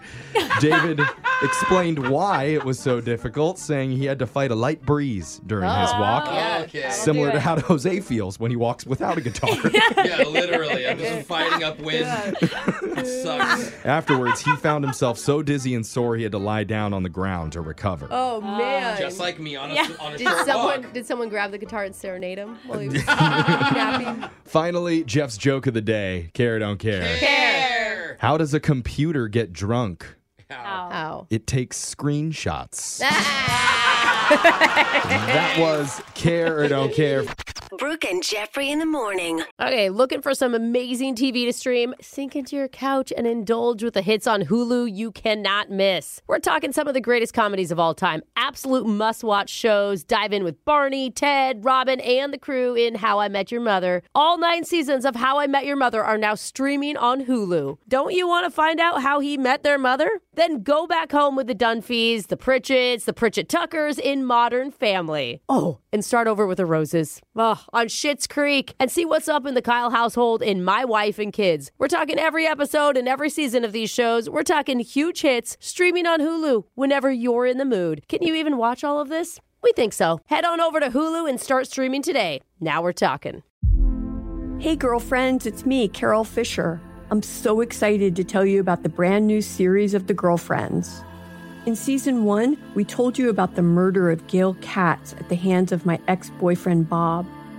[SPEAKER 6] David explained why it was so difficult, saying he had to fight a light breeze during his
[SPEAKER 5] Oh,
[SPEAKER 6] walk,
[SPEAKER 5] yeah, okay.
[SPEAKER 6] similar
[SPEAKER 5] I'll
[SPEAKER 6] to
[SPEAKER 5] do it.
[SPEAKER 6] how Jose feels when he walks without a guitar.
[SPEAKER 5] yeah, literally. I'm just fighting upwind. it sucks.
[SPEAKER 6] Afterwards, he found himself so dizzy and sore he had to lie down on the ground to recover.
[SPEAKER 7] Oh man.
[SPEAKER 5] Just like me on a, on a
[SPEAKER 7] Did
[SPEAKER 5] short
[SPEAKER 7] someone
[SPEAKER 5] walk.
[SPEAKER 7] did someone grab the guitar and serenade him while he was napping?
[SPEAKER 6] Finally, Jeff's joke of the day care, or don't care.
[SPEAKER 7] Care.
[SPEAKER 6] How does a computer get drunk?
[SPEAKER 7] Ow.
[SPEAKER 6] It takes screenshots. that was care or don't care.
[SPEAKER 10] Brooke and Jeffrey in the morning.
[SPEAKER 7] Okay, looking for some amazing TV to stream? Sink into your couch and indulge with the hits on Hulu you cannot miss. We're talking some of the greatest comedies of all time, absolute must watch shows. Dive in with Barney, Ted, Robin, and the crew in How I Met Your Mother. All nine seasons of How I Met Your Mother are now streaming on Hulu. Don't you want to find out how he met their mother? Then go back home with the Dunphys, the Pritchett's, the Pritchett Tuckers in Modern Family. Oh, and start over with the Roses. Ugh, on Schitt's Creek and see what's up in the Kyle household in My Wife and Kids. We're talking every episode and every season of these shows. We're talking huge hits streaming on Hulu whenever you're in the mood. Can you even watch all of this? We think so. Head on over to Hulu and start streaming today. Now we're talking.
[SPEAKER 1] Hey, girlfriends, it's me, Carol Fisher. I'm so excited to tell you about the brand new series of The Girlfriends. In season one, we told you about the murder of Gail Katz at the hands of my ex boyfriend, Bob.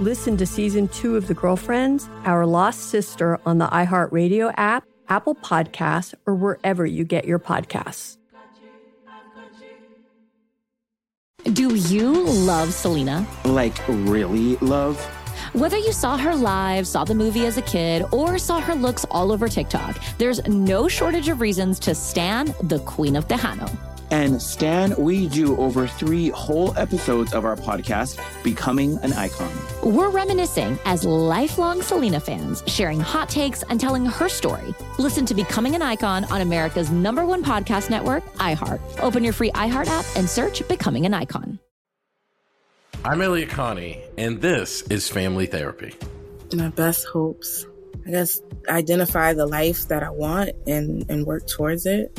[SPEAKER 1] Listen to season two of The Girlfriends, Our Lost Sister on the iHeartRadio app, Apple Podcasts, or wherever you get your podcasts.
[SPEAKER 2] Do you love Selena?
[SPEAKER 3] Like, really, love?
[SPEAKER 2] Whether you saw her live, saw the movie as a kid, or saw her looks all over TikTok, there's no shortage of reasons to stand the Queen of Tejano.
[SPEAKER 3] And Stan, we do over three whole episodes of our podcast, Becoming an Icon.
[SPEAKER 2] We're reminiscing as lifelong Selena fans, sharing hot takes and telling her story. Listen to Becoming an Icon on America's number one podcast network, iHeart. Open your free iHeart app and search Becoming an Icon.
[SPEAKER 4] I'm Elliot Connie, and this is Family Therapy.
[SPEAKER 20] My best hopes. I guess identify the life that I want and, and work towards it.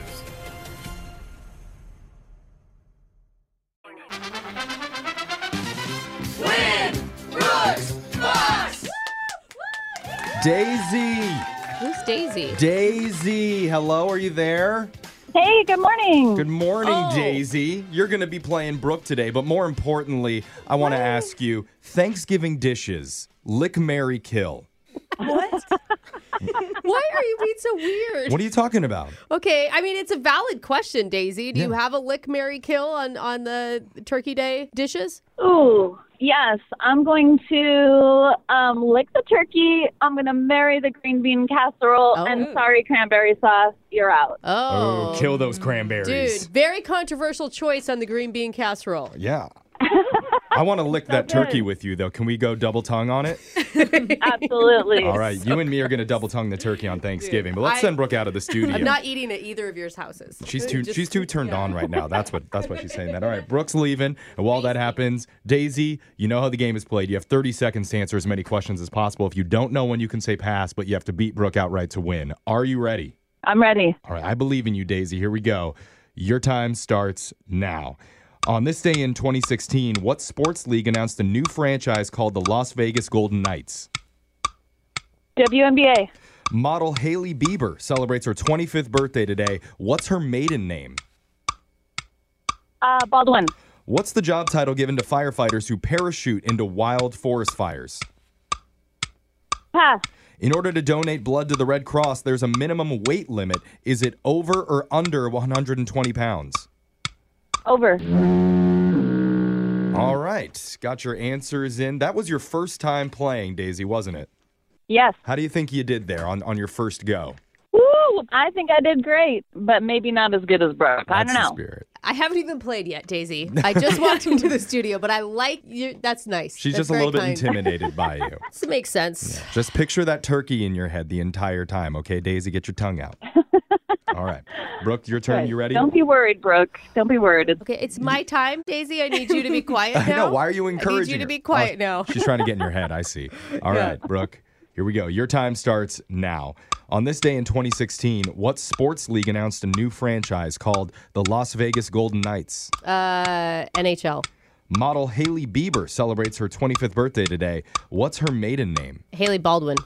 [SPEAKER 17] Win Brooks Box.
[SPEAKER 6] Daisy!
[SPEAKER 7] Who's Daisy?
[SPEAKER 6] Daisy, hello, are you there?
[SPEAKER 21] Hey, good morning.
[SPEAKER 6] Good morning,
[SPEAKER 7] Oh.
[SPEAKER 6] Daisy. You're going to be playing Brooke today, but more importantly, I want to ask you Thanksgiving dishes, lick, Mary kill.
[SPEAKER 7] Why are you being so weird?
[SPEAKER 6] What are you talking about?
[SPEAKER 7] Okay, I mean it's a valid question, Daisy. Do you
[SPEAKER 6] Yeah.
[SPEAKER 7] have a lick, Mary kill on on the Turkey Day dishes?
[SPEAKER 21] Ooh, yes. I'm going to um, lick the turkey. I'm going to marry the green bean casserole. And sorry, cranberry sauce, you're out.
[SPEAKER 7] Oh,
[SPEAKER 6] kill those cranberries.
[SPEAKER 7] Dude, very controversial choice on the green bean casserole.
[SPEAKER 6] Yeah. I want to lick that turkey with you, though. Can we go double tongue on it?
[SPEAKER 21] Absolutely.
[SPEAKER 6] All right, you and me are going to double tongue the turkey on Thanksgiving, but let's
[SPEAKER 7] I-
[SPEAKER 6] send Brooke out of the studio.
[SPEAKER 7] I'm not eating at either of yours houses.
[SPEAKER 6] She's too
[SPEAKER 7] Just-
[SPEAKER 6] she's too turned on right now. That's what that's why she's saying that. All right, Brooke's leaving. And while that happens, Daisy, you know how the game is played. You have 30 seconds to answer as many questions as possible. If you don't know when you can say pass, but you have to beat Brooke outright to win. Are you ready?
[SPEAKER 21] I'm ready.
[SPEAKER 6] All right, I believe in you, Daisy. Here we go. Your time starts now. On this day in 2016, what sports league announced a new franchise called the Las Vegas Golden Knights?
[SPEAKER 21] WNBA.
[SPEAKER 6] Model Haley Bieber celebrates her 25th birthday today. What's her maiden name?
[SPEAKER 21] Uh, Baldwin.
[SPEAKER 6] What's the job title given to firefighters who parachute into wild forest fires?
[SPEAKER 21] Pass.
[SPEAKER 6] In order to donate blood to the Red Cross, there's a minimum weight limit. Is it over or under 120 pounds?
[SPEAKER 21] Over.
[SPEAKER 11] Mm-hmm.
[SPEAKER 6] All right, got your answers in. That was your first time playing, Daisy, wasn't it?
[SPEAKER 21] Yes.
[SPEAKER 6] How do you think you did there on, on your first go?
[SPEAKER 21] Woo! I think I did great, but maybe not as good as Brooke. I
[SPEAKER 6] That's
[SPEAKER 21] don't
[SPEAKER 6] the
[SPEAKER 21] know.
[SPEAKER 6] spirit.
[SPEAKER 7] I haven't even played yet, Daisy. I just walked into the studio, but I like you. That's nice.
[SPEAKER 6] She's
[SPEAKER 7] That's
[SPEAKER 6] just a
[SPEAKER 7] very
[SPEAKER 6] little bit
[SPEAKER 7] kind.
[SPEAKER 6] intimidated by you.
[SPEAKER 7] This makes sense.
[SPEAKER 6] Just picture that turkey in your head the entire time, okay, Daisy? Get your tongue out. All right, Brooke, your turn. You ready?
[SPEAKER 21] Don't be worried, Brooke. Don't be worried.
[SPEAKER 7] Okay, it's my time, Daisy. I need you to be quiet now.
[SPEAKER 6] I know. Why are you encouraging?
[SPEAKER 7] I need you to
[SPEAKER 6] her?
[SPEAKER 7] be quiet
[SPEAKER 6] Oh,
[SPEAKER 7] now.
[SPEAKER 6] She's trying to get in your head. I see. All right,
[SPEAKER 7] Yeah.
[SPEAKER 6] Brooke. Here we go. Your time starts now. On this day in 2016, what sports league announced a new franchise called the Las Vegas Golden Knights?
[SPEAKER 7] Uh, NHL.
[SPEAKER 6] Model Haley Bieber celebrates her 25th birthday today. What's her maiden name?
[SPEAKER 7] Haley Baldwin.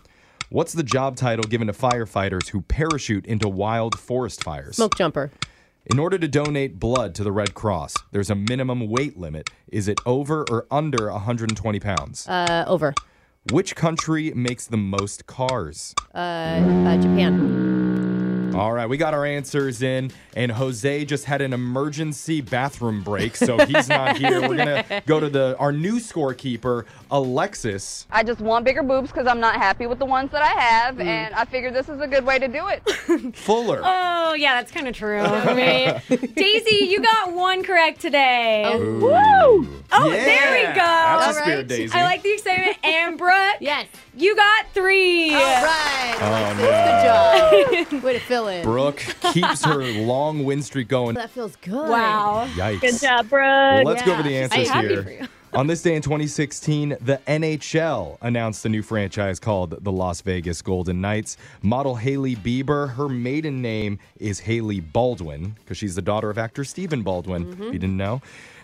[SPEAKER 6] What's the job title given to firefighters who parachute into wild forest fires?
[SPEAKER 7] Smoke jumper.
[SPEAKER 6] In order to donate blood to the Red Cross, there's a minimum weight limit. Is it over or under 120 pounds?
[SPEAKER 7] Uh, over.
[SPEAKER 6] Which country makes the most cars?
[SPEAKER 7] Uh, uh, Japan.
[SPEAKER 6] All right, we got our answers in, and Jose just had an emergency bathroom break, so he's not here. We're gonna go to the our new scorekeeper, Alexis.
[SPEAKER 8] I just want bigger boobs because I'm not happy with the ones that I have, and I figured this is a good way to do it.
[SPEAKER 6] Fuller.
[SPEAKER 8] Oh,
[SPEAKER 17] Oh, yeah, that's kind of true. I mean, Daisy, you got one correct today.
[SPEAKER 7] Oh.
[SPEAKER 6] Ooh.
[SPEAKER 17] Woo! Oh,
[SPEAKER 6] Yeah.
[SPEAKER 17] there we go.
[SPEAKER 6] That's the spirit, Daisy.
[SPEAKER 17] I like the excitement. And Brooke, yes, you got three. All
[SPEAKER 7] right.
[SPEAKER 6] Oh,
[SPEAKER 7] Good job. Way to fill in.
[SPEAKER 6] Brooke keeps her long win streak going.
[SPEAKER 7] That feels good.
[SPEAKER 17] Wow.
[SPEAKER 6] Yikes. Good
[SPEAKER 21] job, bro.
[SPEAKER 6] Let's go over the answers here. On this day in 2016, the NHL announced a new franchise called the Las Vegas Golden Knights. Model Haley Bieber, her maiden name is Haley Baldwin because she's the daughter of actor Stephen Baldwin, if
[SPEAKER 7] Mm-hmm.
[SPEAKER 12] Mhm.
[SPEAKER 6] you didn't know.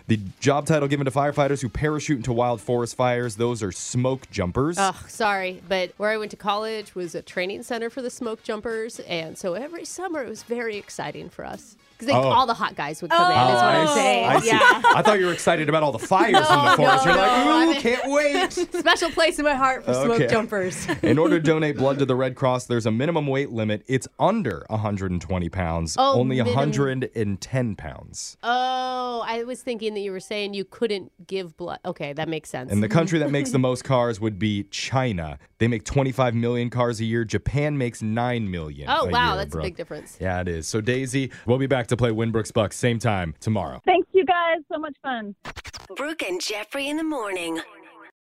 [SPEAKER 6] The job title given to firefighters who parachute into wild forest fires, those are smoke jumpers.
[SPEAKER 7] Ugh, sorry, but where I went to college was a training center for the smoke jumpers, and so every summer it was very exciting for us because
[SPEAKER 6] Oh.
[SPEAKER 7] all the hot guys would come in. Is what
[SPEAKER 6] I
[SPEAKER 7] I'm
[SPEAKER 6] see.
[SPEAKER 7] saying.
[SPEAKER 6] Oh. I see.
[SPEAKER 7] Yeah.
[SPEAKER 6] I thought you were excited about all the fires in the forest. You're like, ooh, can't wait.
[SPEAKER 7] Special place in my heart for smoke
[SPEAKER 6] Okay.
[SPEAKER 7] jumpers.
[SPEAKER 6] In order to donate blood to the Red Cross, there's a minimum weight limit. It's under 120 pounds,
[SPEAKER 7] Oh,
[SPEAKER 6] only
[SPEAKER 7] minimum.
[SPEAKER 6] 110 pounds.
[SPEAKER 7] Oh, I was thinking that you were saying you couldn't give blood. Okay, that makes sense.
[SPEAKER 6] And the country that makes the most cars would be China. They make 25 million cars a year. Japan makes 9 million.
[SPEAKER 7] Oh,
[SPEAKER 6] a
[SPEAKER 7] wow,
[SPEAKER 6] year,
[SPEAKER 7] that's a
[SPEAKER 6] Brooke.
[SPEAKER 7] big difference.
[SPEAKER 6] Yeah, it is. So, Daisy, we'll be back to play Winbrooks Bucks same time tomorrow.
[SPEAKER 21] Thanks, you guys. So much fun.
[SPEAKER 10] Brooke and Jeffrey in the morning.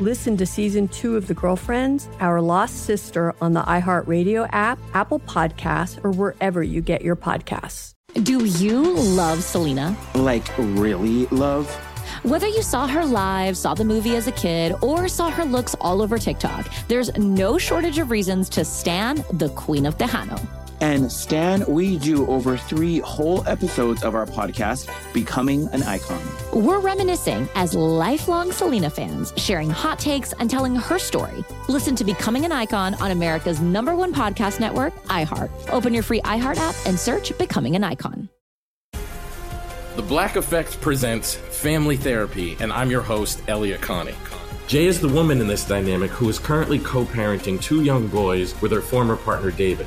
[SPEAKER 1] Listen to season two of The Girlfriends, Our Lost Sister on the iHeartRadio app, Apple Podcasts, or wherever you get your podcasts.
[SPEAKER 2] Do you love Selena?
[SPEAKER 3] Like, really love?
[SPEAKER 2] Whether you saw her live, saw the movie as a kid, or saw her looks all over TikTok, there's no shortage of reasons to stand the Queen of Tejano.
[SPEAKER 3] And Stan, we do over three whole episodes of our podcast, Becoming an Icon.
[SPEAKER 2] We're reminiscing as lifelong Selena fans, sharing hot takes and telling her story. Listen to Becoming an Icon on America's number one podcast network, iHeart. Open your free iHeart app and search Becoming an Icon.
[SPEAKER 4] The Black Effect presents Family Therapy, and I'm your host, Elia Connie. Jay is the woman in this dynamic who is currently co parenting two young boys with her former partner, David.